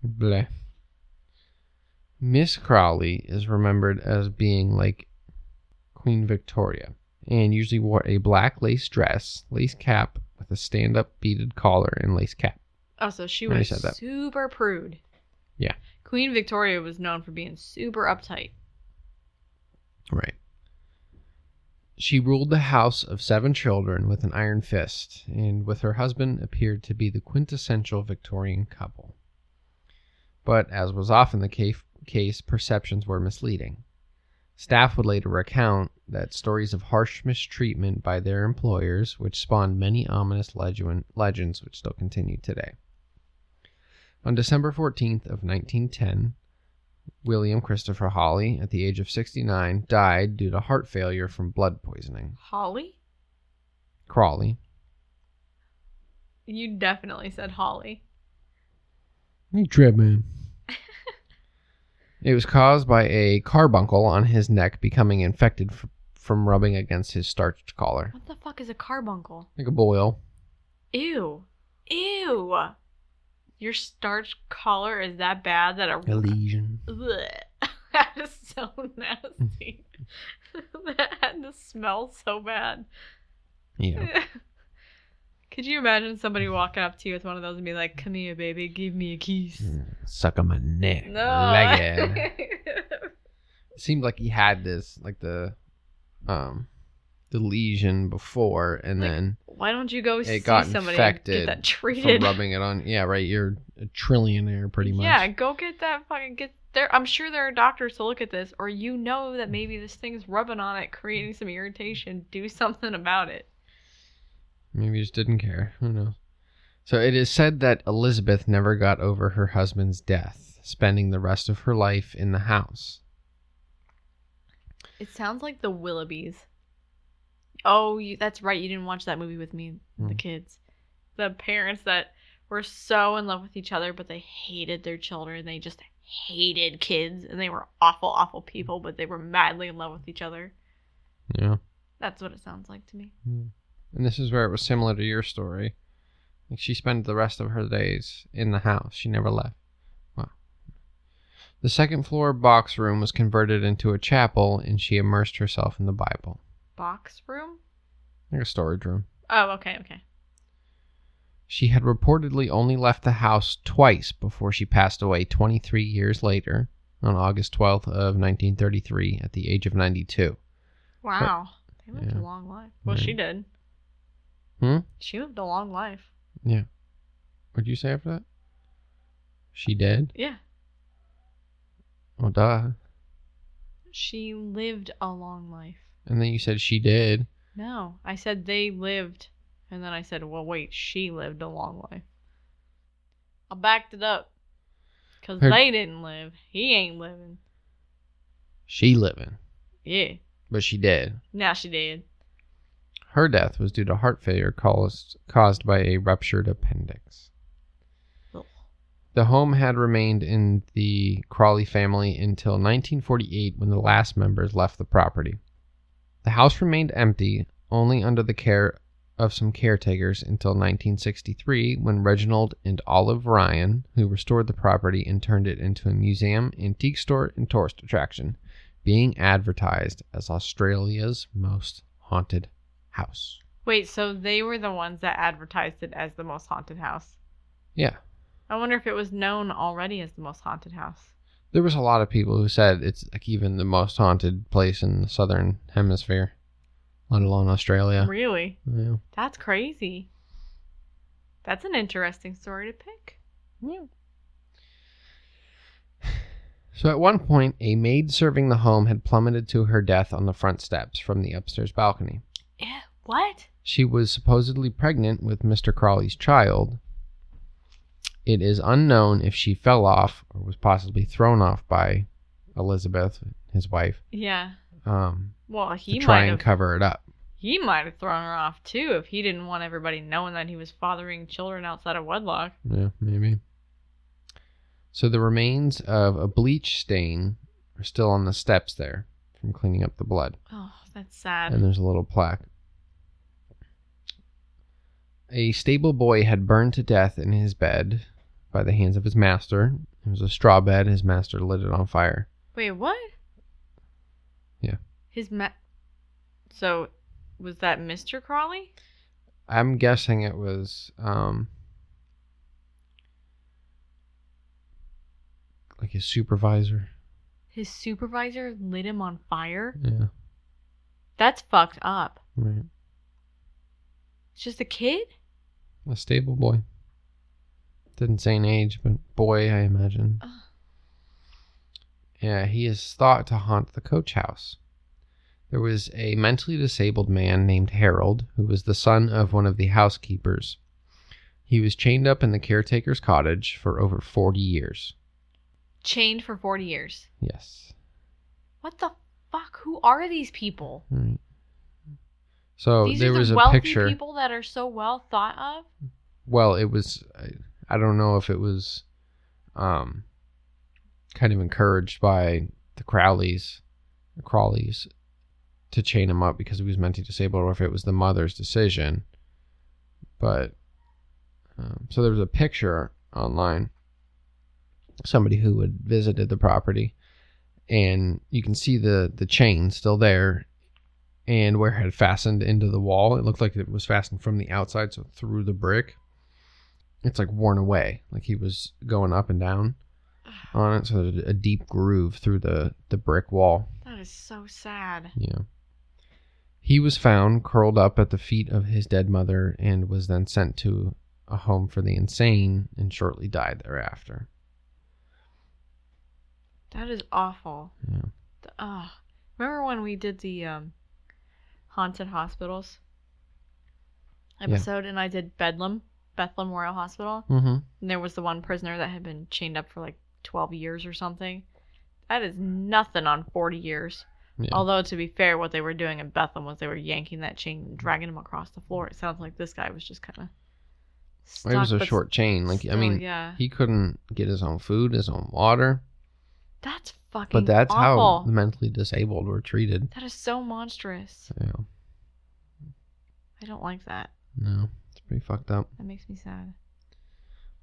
S2: Bleh. Miss Crowley is remembered as being like Queen Victoria and usually wore a black lace dress, lace cap with a stand up beaded collar and lace cap.
S1: Oh, so she
S2: Already
S1: was
S2: said that.
S1: super prude.
S2: Yeah.
S1: Queen Victoria was known for being super uptight.
S2: Right. She ruled the house of seven children with an iron fist, and with her husband appeared to be the quintessential Victorian couple. But as was often the case, case perceptions were misleading. Staff would later recount that stories of harsh mistreatment by their employers, which spawned many ominous legend, legends which still continue today. On December 14th of 1910, William Christopher Hawley, at the age of 69, died due to heart failure from blood poisoning.
S1: Holly?
S2: Crawley.
S1: You definitely said Holly.
S2: You trip, man. it was caused by a carbuncle on his neck becoming infected f- from rubbing against his starched collar.
S1: What the fuck is a carbuncle?
S2: Like a boil.
S1: Ew. Ew. Your starched collar is that bad that it.
S2: A lesion.
S1: Bleh. that is so nasty. that had to smell so bad.
S2: Yeah.
S1: Could you imagine somebody walking up to you with one of those and be like, "Come here, baby, give me a kiss."
S2: Hmm. Suck on my neck.
S1: No.
S2: Mm. Like it. It seemed like he had this, like the, um, the lesion before, and
S1: Like,
S2: then
S1: Why don't you go see
S2: got
S1: somebody and get
S2: infected
S1: that
S2: from
S1: treated?
S2: rubbing it on. Yeah, right. You're a trillionaire, pretty much.
S1: Yeah, go get that fucking get there. I'm sure there are doctors to look at this, or you know that maybe this thing's rubbing on it, creating some irritation. Do something about it.
S2: Maybe he just didn't care. Who knows? So it is said that Elizabeth never got over her husband's death, spending the rest of her life in the house.
S1: It sounds like the Willoughbys. Oh, you, that's right. You didn't watch that movie with me, the
S2: Hmm.
S1: kids. The parents that were so in love with each other, but they hated their children. They just hated kids, and they were awful, awful people, but they were madly in love with each other.
S2: Yeah.
S1: That's what it sounds like to me.
S2: And this is where it was similar to your story. Like she spent the rest of her days in the house. She never left. Wow. The second floor box room was converted into a chapel and she immersed herself in the Bible.
S1: Box room?
S2: Like a storage room.
S1: Oh, okay, okay.
S2: She had reportedly only left the house twice before she passed away 23 years later on August 12th of 1933 at the age of 92.
S1: Wow. They lived
S2: yeah.
S1: a long life. Well,
S2: Right.
S1: she did.
S2: Hmm?
S1: She lived a long life.
S2: What'd you say after that? She dead?
S1: Yeah.
S2: Oh, duh.
S1: She lived a long life.
S2: And then you said she did.
S1: No, I said they lived, and then I said, well, wait, she lived a long life. I backed it up. Because
S2: Her-
S1: they didn't live. He ain't living.
S2: She living,
S1: Yeah.
S2: but she dead.
S1: Now she did.
S2: Her death was due to heart failure caused, caused by a ruptured appendix.
S1: Ugh.
S2: The home had remained in the Crawley family until 1948 when the last members left the property. The house remained empty, only under the care of some caretakers until 1963 when Reginald and Olive Ryan, who restored the property and turned it into a museum, antique store, and tourist attraction, being advertised as Australia's most haunted house.
S1: Wait, so they were the ones that advertised it as the most haunted house.
S2: Yeah.
S1: I wonder if it was known already as the most haunted house.
S2: There was a lot of people who said it's like even the most haunted place in the southern hemisphere, let alone Australia.
S1: Really?
S2: Yeah.
S1: That's crazy. That's an interesting story to pick.
S2: Yeah. So at one point, a maid serving the home had plummeted to her death on the front steps from the upstairs balcony.
S1: Yeah. What?
S2: She was supposedly pregnant with Mr. Crawley's child. It is unknown if she fell off or was possibly thrown off by Elizabeth, his wife,
S1: Yeah.
S2: um,
S1: Well, he
S2: to try
S1: might
S2: and
S1: have
S2: cover it up.
S1: he might have thrown her off too if he didn't want everybody knowing that he was fathering children outside of wedlock.
S2: Yeah, maybe. So the remains of a bleach stain are still on the steps there from cleaning up the blood.
S1: Oh, that's sad.
S2: and there's a little plaque. A stable boy had burned to death in his bed by the hands of his master. It was a straw bed. His master lit it on fire.
S1: Wait, what?
S2: Yeah.
S1: His ma So was that Mr. Crawley?
S2: I'm guessing it was um, like his supervisor.
S1: His supervisor lit him on fire?
S2: Yeah,
S1: That's fucked up.
S2: right.
S1: It's just a kid?
S2: A stable boy. Didn't say an age, but boy, I imagine.
S1: Ugh.
S2: Yeah, he is thought to haunt the coach house. There was a mentally disabled man named Harold who was the son of one of the housekeepers. He was chained up in the caretaker's cottage for over 40 years.
S1: Chained for 40 years.
S2: Yes.
S1: What the fuck? Who are these people?
S2: All right. So
S1: These
S2: Oh, there
S1: are the
S2: was a
S1: wealthy
S2: picture.
S1: people that are so well thought of.
S2: well it was I, I don't know if it was um kind of encouraged by the crowleys the crawleys to chain him up because he was mentally disabled or if it was the mother's decision but um, so there was a picture online somebody who had visited the property and you can see the the chain still there and where it had fastened into the wall it looked like it was fastened from the outside so through the brick it's like worn away like he was going up and down on it so there's a deep groove through the the brick wall
S1: That is so sad.
S2: yeah. He was found curled up at the feet of his dead mother and was then sent to a home for the insane and shortly died thereafter.
S1: That is awful.
S2: Yeah.
S1: The- Ugh. remember when we did the um, haunted hospitals episode and I did Bedlam, Bethlehem Royal Hospital?
S2: Mm-hmm.
S1: And there was the one prisoner that had been chained up for like 12 years or something. That is nothing on 40 years.
S2: Yeah.
S1: Although, to be fair, what they were doing in Bethlehem was they were yanking that chain and dragging him across the floor. It sounds like this guy was just kind of stuck.
S2: it was a
S1: but
S2: short chain. Like I
S1: still,
S2: mean,
S1: Oh, yeah.
S2: he couldn't get his own food, his own water.
S1: That's fucking
S2: But that's
S1: awful.
S2: how the mentally disabled were treated.
S1: That is so monstrous.
S2: Yeah.
S1: I don't like that.
S2: No, it's pretty fucked up.
S1: That makes me sad.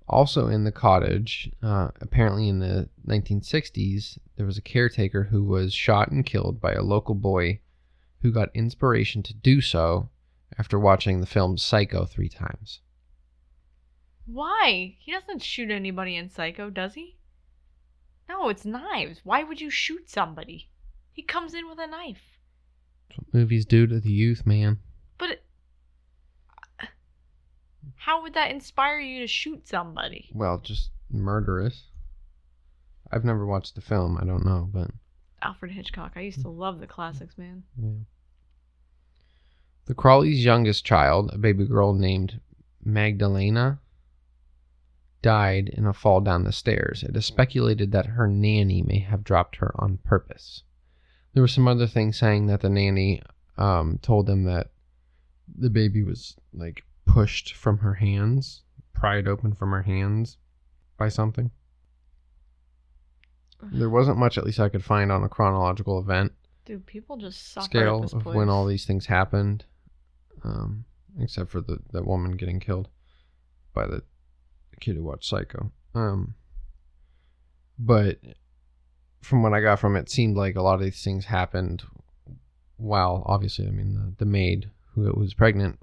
S2: Also in the cottage, uh, apparently in the 1960s, there was a caretaker who was shot and killed by a local boy who got inspiration to do so after watching the film Psycho three times.
S1: Why? He doesn't shoot anybody in Psycho, does he? No, it's knives. Why would you shoot somebody? He comes in with a knife.
S2: That's what movies do to the youth, man.
S1: But it... how would that inspire you to shoot somebody?
S2: Well, just murderous. I've never watched the film, I don't know, but
S1: Alfred Hitchcock. I used to love the classics, man.
S2: Yeah. The Crawleys' youngest child, a baby girl named Magdalena, died in a fall down the stairs. It is speculated that her nanny may have dropped her on purpose. There were some other things saying that the nanny um, told them that the baby was like pushed from her hands, pried open from her hands by something. There wasn't much, at least I could find, on a chronological event
S1: Dude, people just suck at
S2: scale
S1: this
S2: of
S1: place.
S2: when all these things happened, um, except for the that woman getting killed by the kid who watched Psycho. Um, but from what I got from it, seemed like a lot of these things happened while obviously, I mean, the, the maid who was pregnant,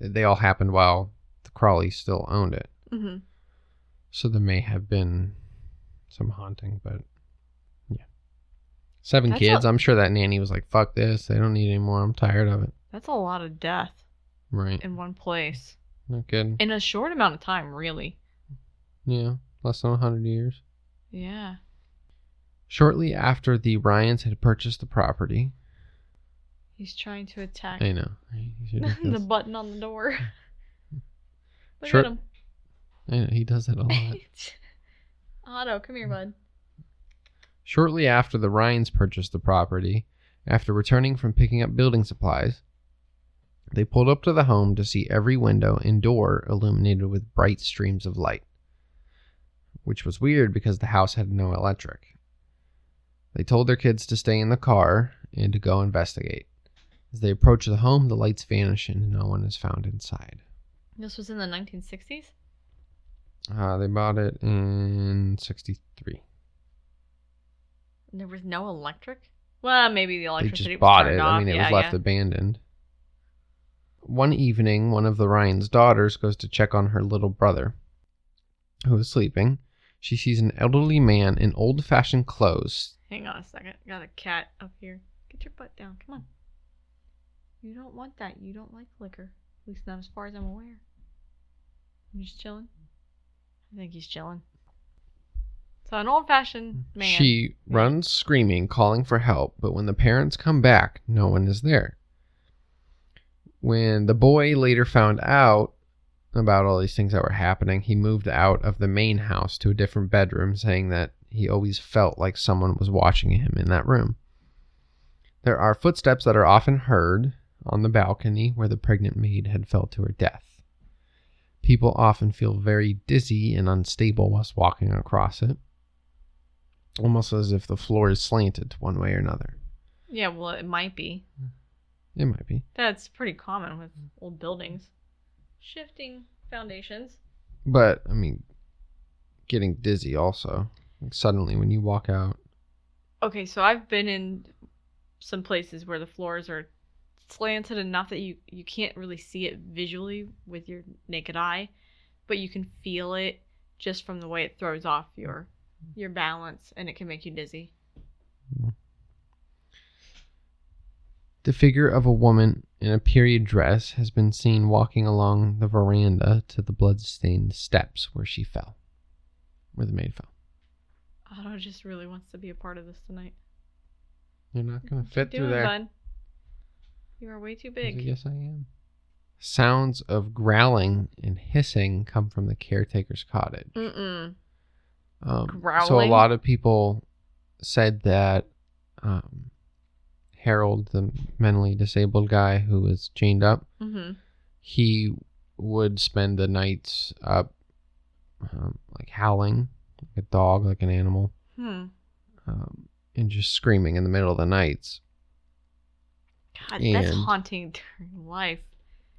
S2: they all happened while the Crawleys still owned it.
S1: hmm
S2: So there may have been some haunting, but yeah. Seven
S1: That's
S2: kids.
S1: a-
S2: i I'm sure that nanny was like, fuck this. They don't need any more. I'm tired of it.
S1: That's a lot of death
S2: Right.
S1: in one place.
S2: No kidding.
S1: In a short amount of time, really.
S2: Yeah. Less than 100 years.
S1: Yeah.
S2: Shortly after the Ryans had purchased the property.
S1: He's trying to attack
S2: I know. He's
S1: the
S2: ridiculous.
S1: button on the door. Look
S2: Sure.
S1: at him.
S2: I know. He does that a lot.
S1: Otto, come here, bud.
S2: Shortly after the Ryans purchased the property, after returning from picking up building supplies, they pulled up to the home to see every window and door illuminated with bright streams of light, which was weird because the house had no electric. They told their kids to stay in the car and to go investigate. As they approach the home, the lights vanish and no one is found inside.
S1: This was in the 1960s.
S2: Uh, they bought it in 63.
S1: And there was no electric. Well, maybe the
S2: they
S1: electricity was
S2: just bought
S1: turned
S2: it.
S1: off.
S2: I mean, it
S1: yeah,
S2: was left
S1: yeah.
S2: abandoned. One evening, one of the Ryan's daughters goes to check on her little brother, who is sleeping. She sees an elderly man in old-fashioned clothes.
S1: Hang on a second. Got a cat up here. Get your butt down. Come on. You don't want that. You don't like liquor. At least not as far as I'm aware. You just chilling? I think he's chilling. So an old-fashioned man.
S2: Mm. She runs screaming, calling for help, but when the parents come back, no one is there. When the boy later found out about all these things that were happening, he moved out of the main house to a different bedroom, saying that he always felt like someone was watching him in that room. There are footsteps that are often heard on the balcony where the pregnant maid had fell to her death. People often feel very dizzy and unstable whilst walking across it, almost as if the floor is slanted one way or another.
S1: Yeah, well, it might be.
S2: It might be.
S1: That's pretty common with old buildings. Shifting foundations.
S2: But I mean, getting dizzy also. Like suddenly when you walk out.
S1: Okay, so I've been in some places where the floors are slanted enough that you you can't really see it visually with your naked eye, but you can feel it just from the way it throws off your your balance and it can make you dizzy.
S2: The figure of a woman in a period dress has been seen walking along the veranda to the bloodstained steps where she fell. Where the maid fell.
S1: Otto just really wants to be a part of this tonight.
S2: You're not gonna
S1: What you
S2: fit through
S1: doing,
S2: there.
S1: bud? You are way too big.
S2: Yes, I am. Sounds of growling and hissing come from the caretaker's cottage.
S1: Mm. Mm-mm.
S2: Um, So a
S1: Growling?
S2: lot of people said that um, Harold, the mentally disabled guy who was chained up,
S1: Mm-hmm.
S2: he would spend the nights up, um, like howling, like a dog, like an animal,
S1: Hmm.
S2: um, and just screaming in the middle of the nights.
S1: God, that's
S2: And-
S1: haunting during life.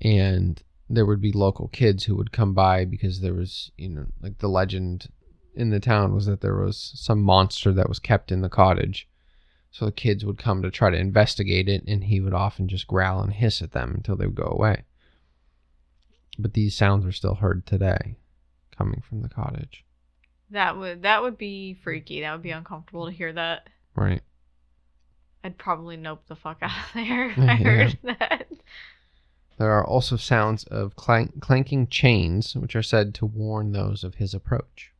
S2: and there would be local kids who would come by because there was you know like the legend in the town was that there was some monster that was kept in the cottage so the kids would come to try to investigate it and he would often just growl and hiss at them until they would go away but these sounds are still heard today coming from the cottage
S1: That would that would be freaky. That would be uncomfortable to hear that.
S2: right
S1: I'd probably nope the fuck out of there. if
S2: Yeah.
S1: I heard that.
S2: there are also sounds of clank- clanking chains which are said to warn those of his approach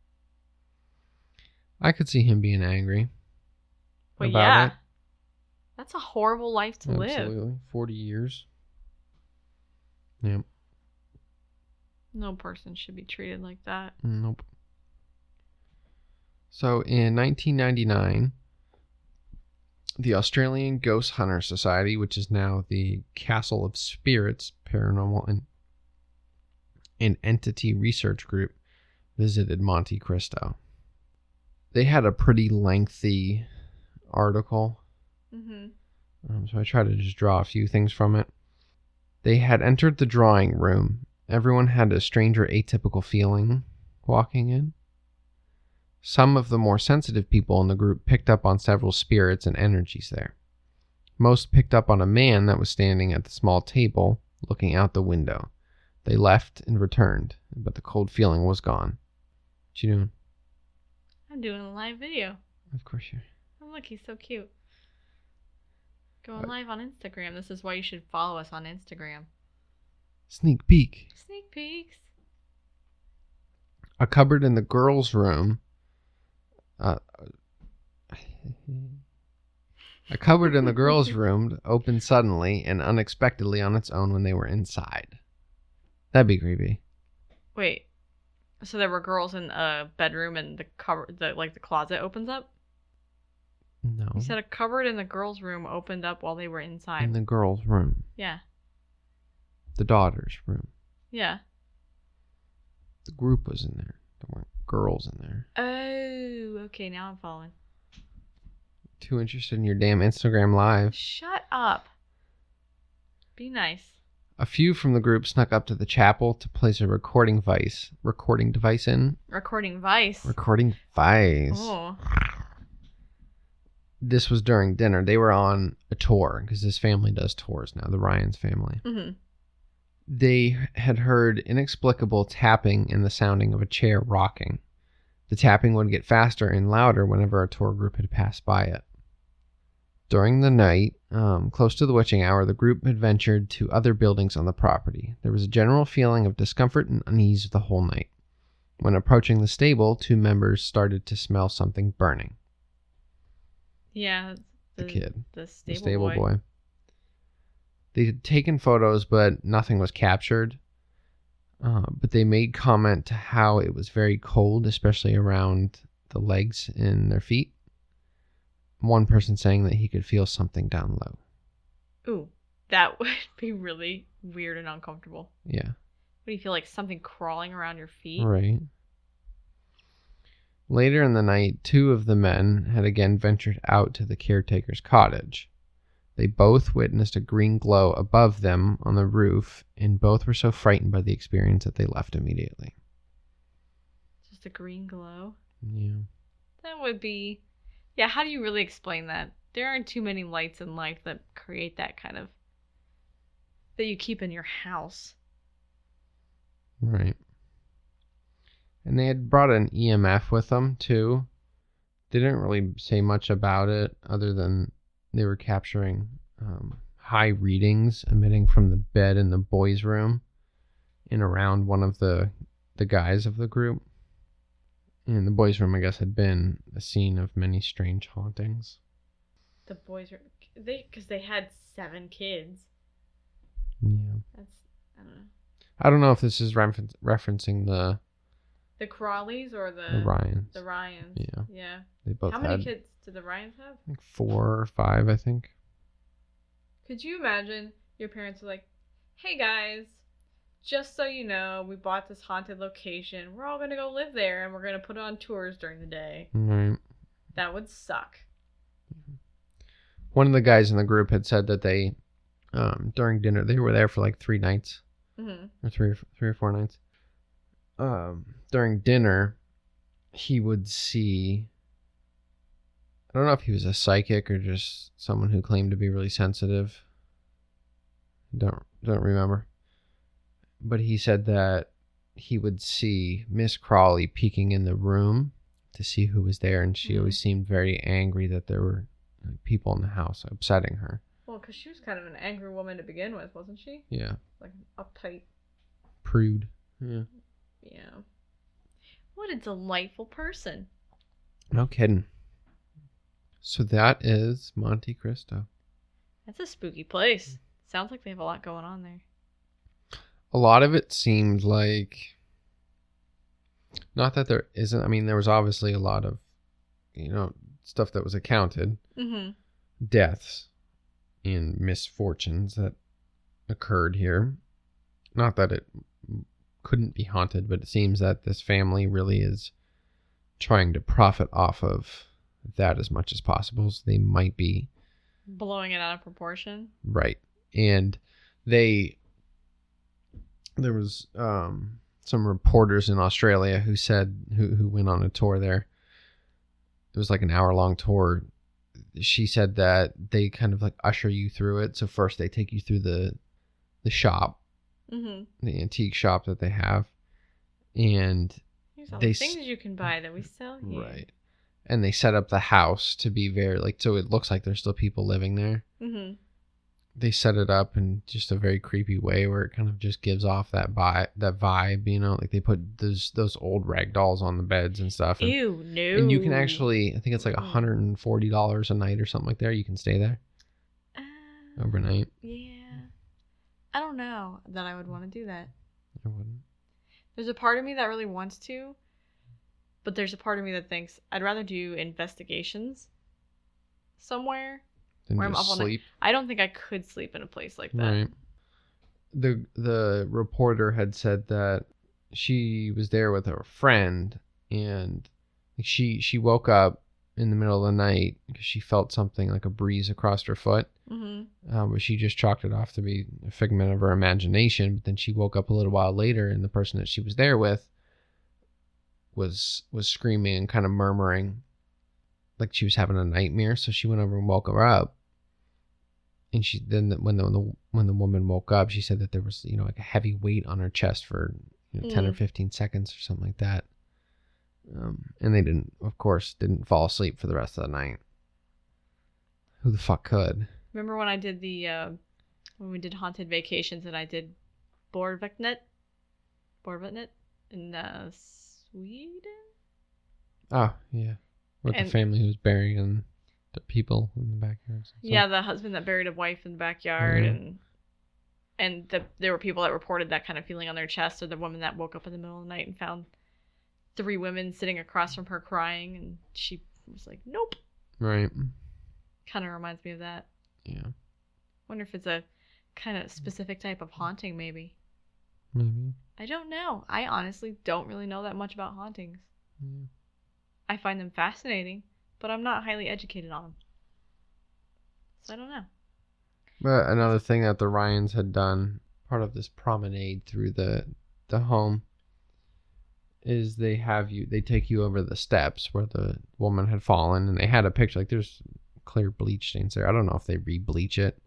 S2: i could see him being angry
S1: But
S2: About
S1: yeah,
S2: it?
S1: that's a horrible life to live.
S2: Absolutely. 40 years. Yep.
S1: No person should be treated like that.
S2: Nope. So in 1999, the Australian Ghost Hunter Society, which is now the Castle of Spirits Paranormal and, and Entity Research Group, visited Monte Cristo. They had a pretty lengthy article
S1: hmm
S2: Um, so I tried to just draw a few things from it. They had entered the drawing room. Everyone had a strange or atypical feeling walking in. Some of the more sensitive people in the group picked up on several spirits and energies there. Most picked up on a man that was standing at the small table looking out the window. They left and returned, but the cold feeling was gone. What you doing?
S1: I'm doing a live video.
S2: Of course you.
S1: Oh, look, he's so cute. Going
S2: What?
S1: live on Instagram. This is why you should follow us on Instagram.
S2: Sneak peek.
S1: Sneak peeks.
S2: A cupboard in the girls' room. Uh, a cupboard in the girls' room opened suddenly and unexpectedly on its own when they were inside. That'd be creepy.
S1: Wait. So there were girls in a bedroom and the cover the like the closet opens up?
S2: No.
S1: You said a cupboard in the girls' room opened up while they were inside.
S2: Oh. In the girls' room.
S1: yeah.
S2: The daughter's room.
S1: Yeah.
S2: The group was in there. There weren't girls in there.
S1: Oh, okay, now I'm following.
S2: Too interested in your damn Instagram live.
S1: Shut up. Be nice.
S2: A few from the group snuck up to the chapel to place a recording vice, recording device in,
S1: Recording Vice.
S2: recording vice.
S1: oh.
S2: This was during dinner. They were on a tour because this family does tours now, the Ryan's family.
S1: hmm
S2: They had heard inexplicable tapping and the sounding of a chair rocking. The tapping would get faster and louder whenever a tour group had passed by it. During the night, um, close to the witching hour, the group had ventured to other buildings on the property. There was a general feeling of discomfort and unease the whole night. When approaching the stable, two members started to smell something burning.
S1: Yeah.
S2: The kid.
S1: The
S2: The
S1: stable,
S2: stable
S1: boy.
S2: boy. They had taken photos, but nothing was captured. Uh, but they made comment to how it was very cold, especially around the legs and their feet. One person saying that he could feel something down low.
S1: Ooh. That would be really weird and uncomfortable.
S2: Yeah,
S1: What do you feel like something crawling around your feet?
S2: right. Later in the night, two of the men had again ventured out to the caretaker's cottage. They both witnessed a green glow above them on the roof, and both were so frightened by the experience that they left immediately.
S1: Just a green glow.
S2: Yeah.
S1: That would be. Yeah, how do you really explain that? There aren't too many lights in life that create that kind of. that you keep in your house.
S2: Right. And they had brought an EMF with them too. They didn't really say much about it other than they were capturing um, high readings emitting from the bed in the boys' room and around one of the the guys of the group. And the boys' room, I guess, had been a scene of many strange hauntings.
S1: The boys are. they Because they had seven kids.
S2: Yeah.
S1: That's. I don't know.
S2: I don't know if this is refer- referencing the,
S1: The Crawleys or the.
S2: the Ryans.
S1: Uh, The Ryans.
S2: Yeah.
S1: Yeah.
S2: they both
S1: how
S2: had
S1: many kids did the Ryans have?
S2: like four or five, I think.
S1: Could you imagine your parents were like, hey guys, just so you know, we bought this haunted location. We're all going to go live there and we're going to put on tours during the day.
S2: Right.
S1: That would suck.
S2: one of the guys in the group had said that they um, during dinner they were there for like three nights
S1: hmm
S2: or three or, three or four nights um, during dinner he would see i don't know if he was a psychic or just someone who claimed to be really sensitive don't don't remember but he said that he would see miss crawley peeking in the room to see who was there and she
S1: Mhm.
S2: always seemed very angry that there were like, people in the house upsetting her
S1: Well, because she was kind of an angry woman to begin with, wasn't she?
S2: yeah
S1: Like an uptight.
S2: prude yeah
S1: Yeah. What a delightful person.
S2: no kidding so that is monte cristo
S1: That's a spooky
S2: Mm.
S1: place. Sounds like they have a lot going on there.
S2: a lot of it seemed like not that there isn't i mean there was obviously a lot of you know stuff that was accounted
S1: Mm-hmm.
S2: deaths and misfortunes that occurred here not that it couldn't be haunted but it seems that this family really is trying to profit off of that as much as possible so they might be
S1: Blowing it out of proportion.
S2: Right. And they there was um some reporters in Australia who said who who went on a tour there. It was like an hour long tour. She said that they kind of like usher you through it. So first they take you through the the shop,
S1: Mm-hmm.
S2: the antique shop that they have. And
S1: He Here's all
S2: They
S1: the
S2: s-
S1: things you can buy that we sell here.
S2: Right. And they set up the house to be very like so it looks like there's still people living there.
S1: hmm
S2: They set it up in just a very creepy way where it kind of just gives off that vibe, that vibe, you know, like they put those those old rag dolls on the beds and stuff. And,
S1: Ew, no.
S2: and you can actually I think it's like
S1: Mm.
S2: $140 a night or something like there. You can stay there
S1: Uh,
S2: overnight.
S1: Yeah. I don't know that I would want to do that.
S2: I wouldn't.
S1: There's a part of me that really wants to, but there's a part of me that thinks I'd rather do investigations somewhere.
S2: Then
S1: Where I'm
S2: just
S1: up all night.
S2: sleep.
S1: I don't think I could sleep in a place like that.
S2: Right. The the reporter had said that she was there with her friend and she she woke up in the middle of the night because she felt something like a breeze across her foot,
S1: hmm
S2: uh, but she just chalked it off to be a figment of her imagination. But then she woke up a little while later, and the person that she was there with was was screaming and kind of murmuring, like she was having a nightmare. So she went over and woke her up, and she then the, when the, the when the woman woke up, she said that there was you know like a heavy weight on her chest for you know, ten or
S1: Mm.
S2: fifteen seconds or something like that. Um, and they didn't, of course, didn't fall asleep for the rest of the night. Who the fuck could?
S1: Remember when I did the uh, when we did haunted vacations and I did Borviknet, Borviknet in uh, Sweden.
S2: Oh yeah, with the
S1: And-
S2: family who was burying the people in the backyard. So-
S1: yeah, the husband that buried a wife in the backyard
S2: Mhm.
S1: and and the, there were people that reported that kind of feeling on their chest or the woman that woke up in the middle of the night and found three women sitting across from her crying and she was like, "Nope."
S2: Right.
S1: Kind of reminds me of that.
S2: Yeah.
S1: Wonder if it's a kind
S2: Mm.
S1: of specific type of haunting maybe.
S2: Maybe.
S1: I don't know. I honestly don't really know that much about hauntings.
S2: Yeah.
S1: I find them fascinating, but I'm not highly educated on them. So I don't know.
S2: But another thing that the Ryans had done, part of this promenade through the the home, is they have you they take you over the steps where the woman had fallen, and they had a picture like there's clear bleach stains there. I don't know if they re-bleach it.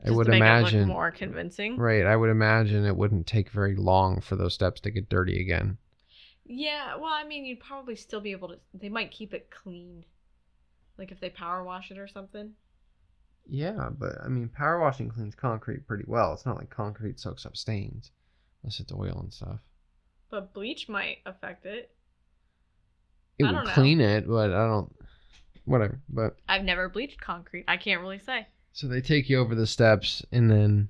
S2: I
S1: Just
S2: would
S1: to make it
S2: imagine
S1: look more convincing.
S2: right. I would imagine it wouldn't take very long for those steps to get dirty again.
S1: Yeah, well, I mean, you'd probably still be able to. They might keep it clean, like if they power wash it or something.
S2: Yeah, but I mean, power washing cleans concrete pretty well. It's not like concrete soaks up stains, unless it's oil and stuff.
S1: But bleach might affect it.
S2: It
S1: I
S2: would
S1: don't know.
S2: clean it, but I don't. Whatever. But
S1: I've never bleached concrete. I can't really say.
S2: so they take you over the steps, and then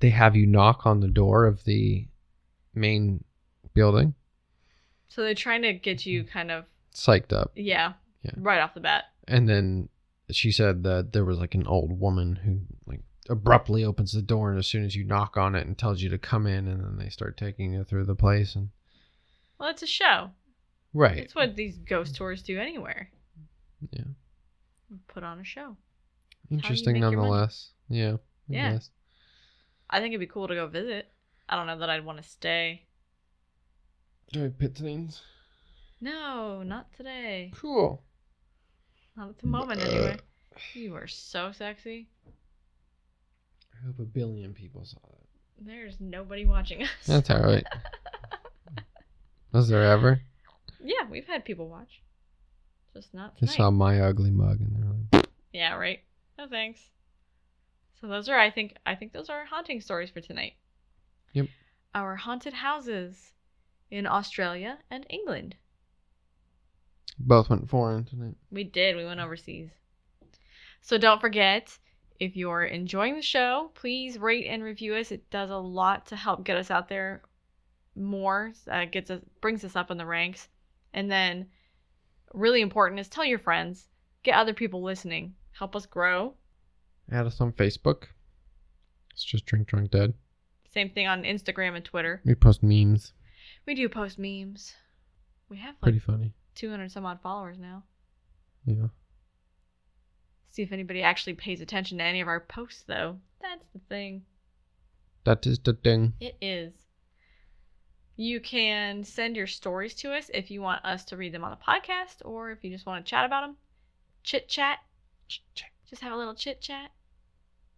S2: they have you knock on the door of the main building.
S1: So they're trying to get you kind of,
S2: Psyched up,
S1: yeah,
S2: Yeah.
S1: right off the bat.
S2: and then she said that there was like an old woman who like abruptly opens the door, and as soon as you knock on it, and tells you to come in, and then they start taking you through the place, and
S1: Well, it's a show.
S2: right.
S1: It's what these ghost tours do anywhere.
S2: Yeah.
S1: Put on a show.
S2: Interesting,
S1: make your money.
S2: nonetheless. Yeah. I
S1: Yeah.
S2: guess.
S1: I think it'd be cool to go visit. I don't know that I'd want to stay.
S2: Do we pit things?
S1: No, not today.
S2: Cool.
S1: Not at the moment, anyway.
S2: Uh.
S1: You are so sexy.
S2: I hope a billion people saw that.
S1: There's nobody watching us.
S2: That's all right. Was there ever?
S1: Yeah, we've had people watch. Just not
S2: They
S1: tonight.
S2: saw my ugly mug and they're like,
S1: Yeah, right. No thanks. So those are I think I think those are our haunting stories for tonight.
S2: Yep.
S1: Our haunted houses in Australia and England.
S2: both went foreign tonight.
S1: We did. We went overseas. So don't forget, if you're enjoying the show, please rate and review us. It does a lot to help get us out there more. Uh, gets us brings us up in the ranks, and then really important is tell your friends, get other people listening, help us grow.
S2: Add us on Facebook. It's just Drink Drunk Dead.
S1: Same thing on Instagram and Twitter.
S2: We post memes.
S1: We do post memes. We have like
S2: Pretty funny.
S1: 200 some odd followers now.
S2: Yeah.
S1: See if anybody actually pays attention to any of our posts though. That's the thing.
S2: That is the thing.
S1: It is. You can send your stories to us if you want us to read them on the podcast or if you just want to chat about them. Chit chat. Just have a little chit chat.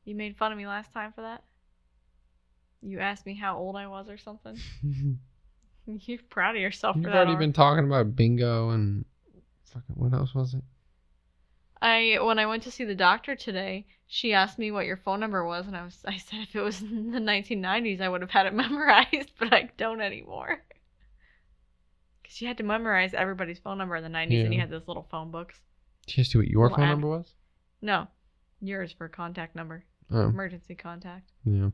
S1: You made fun of me last time for that. You asked me how old I was or something. You're proud of yourself for
S2: You've
S1: that.
S2: already
S1: Or-
S2: been talking about bingo and fucking what else was it?
S1: I when I went to see the doctor today, she asked me what your phone number was, and I was I said if it was in the 1990s, I would have had it memorized, but I don't anymore. Because you had to memorize everybody's phone number in the 90s, and you
S2: Yeah.
S1: had those little phone books.
S2: Did you ask you what your
S1: Well,
S2: phone
S1: I-
S2: number was?
S1: No, yours for contact number,
S2: Oh,
S1: emergency contact.
S2: yeah.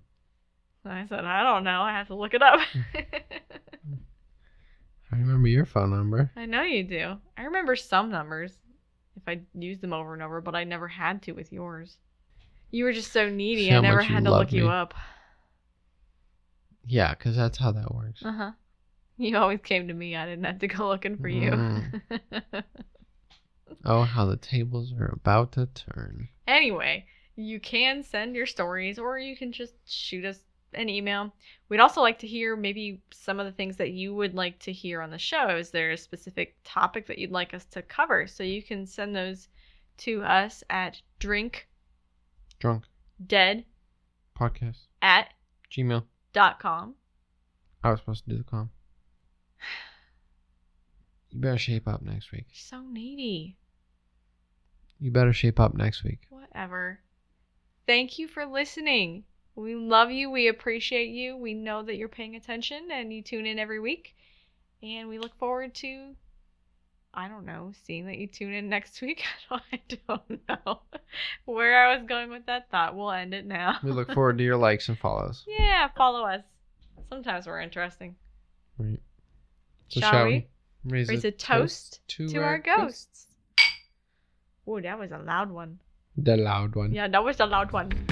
S1: And I said I don't know. I have to look it up.
S2: Hmm. I remember your phone number.
S1: I know you do. I remember some numbers if I used them over and over, but I never had to with yours. You were just so needy.
S2: See how
S1: I never
S2: much you
S1: had to look
S2: love
S1: you
S2: me.
S1: up.
S2: Yeah, because that's how that works.
S1: Uh huh. You always came to me. I didn't have to go looking for you.
S2: Oh, how the tables are about to turn.
S1: anyway, you can send your stories or you can just shoot us an email. We'd also like to hear maybe some of the things that you would like to hear on the show. Is there a specific topic that you'd like us to cover? So you can send those to us at
S2: Drunk
S1: drinkdead@.
S2: podcast Gmail.
S1: dot com.
S2: I was supposed to do the calm. You better shape up next week.
S1: So needy.
S2: You better shape up next week.
S1: Whatever. Thank you for listening. We love you. We appreciate you. We know that you're paying attention and you tune in every week. And we look forward to, I don't know, seeing that you tune in next week. I don't know where I was going with that thought. We'll end it now.
S2: We look forward to your likes and follows.
S1: yeah, follow us. Sometimes we're interesting.
S2: Right. So
S1: shall,
S2: shall
S1: we?
S2: we? Raise,
S1: Raise a toast
S2: to,
S1: To our ghosts. Oh, that was a loud one.
S2: The loud one.
S1: Yeah, that was a loud one.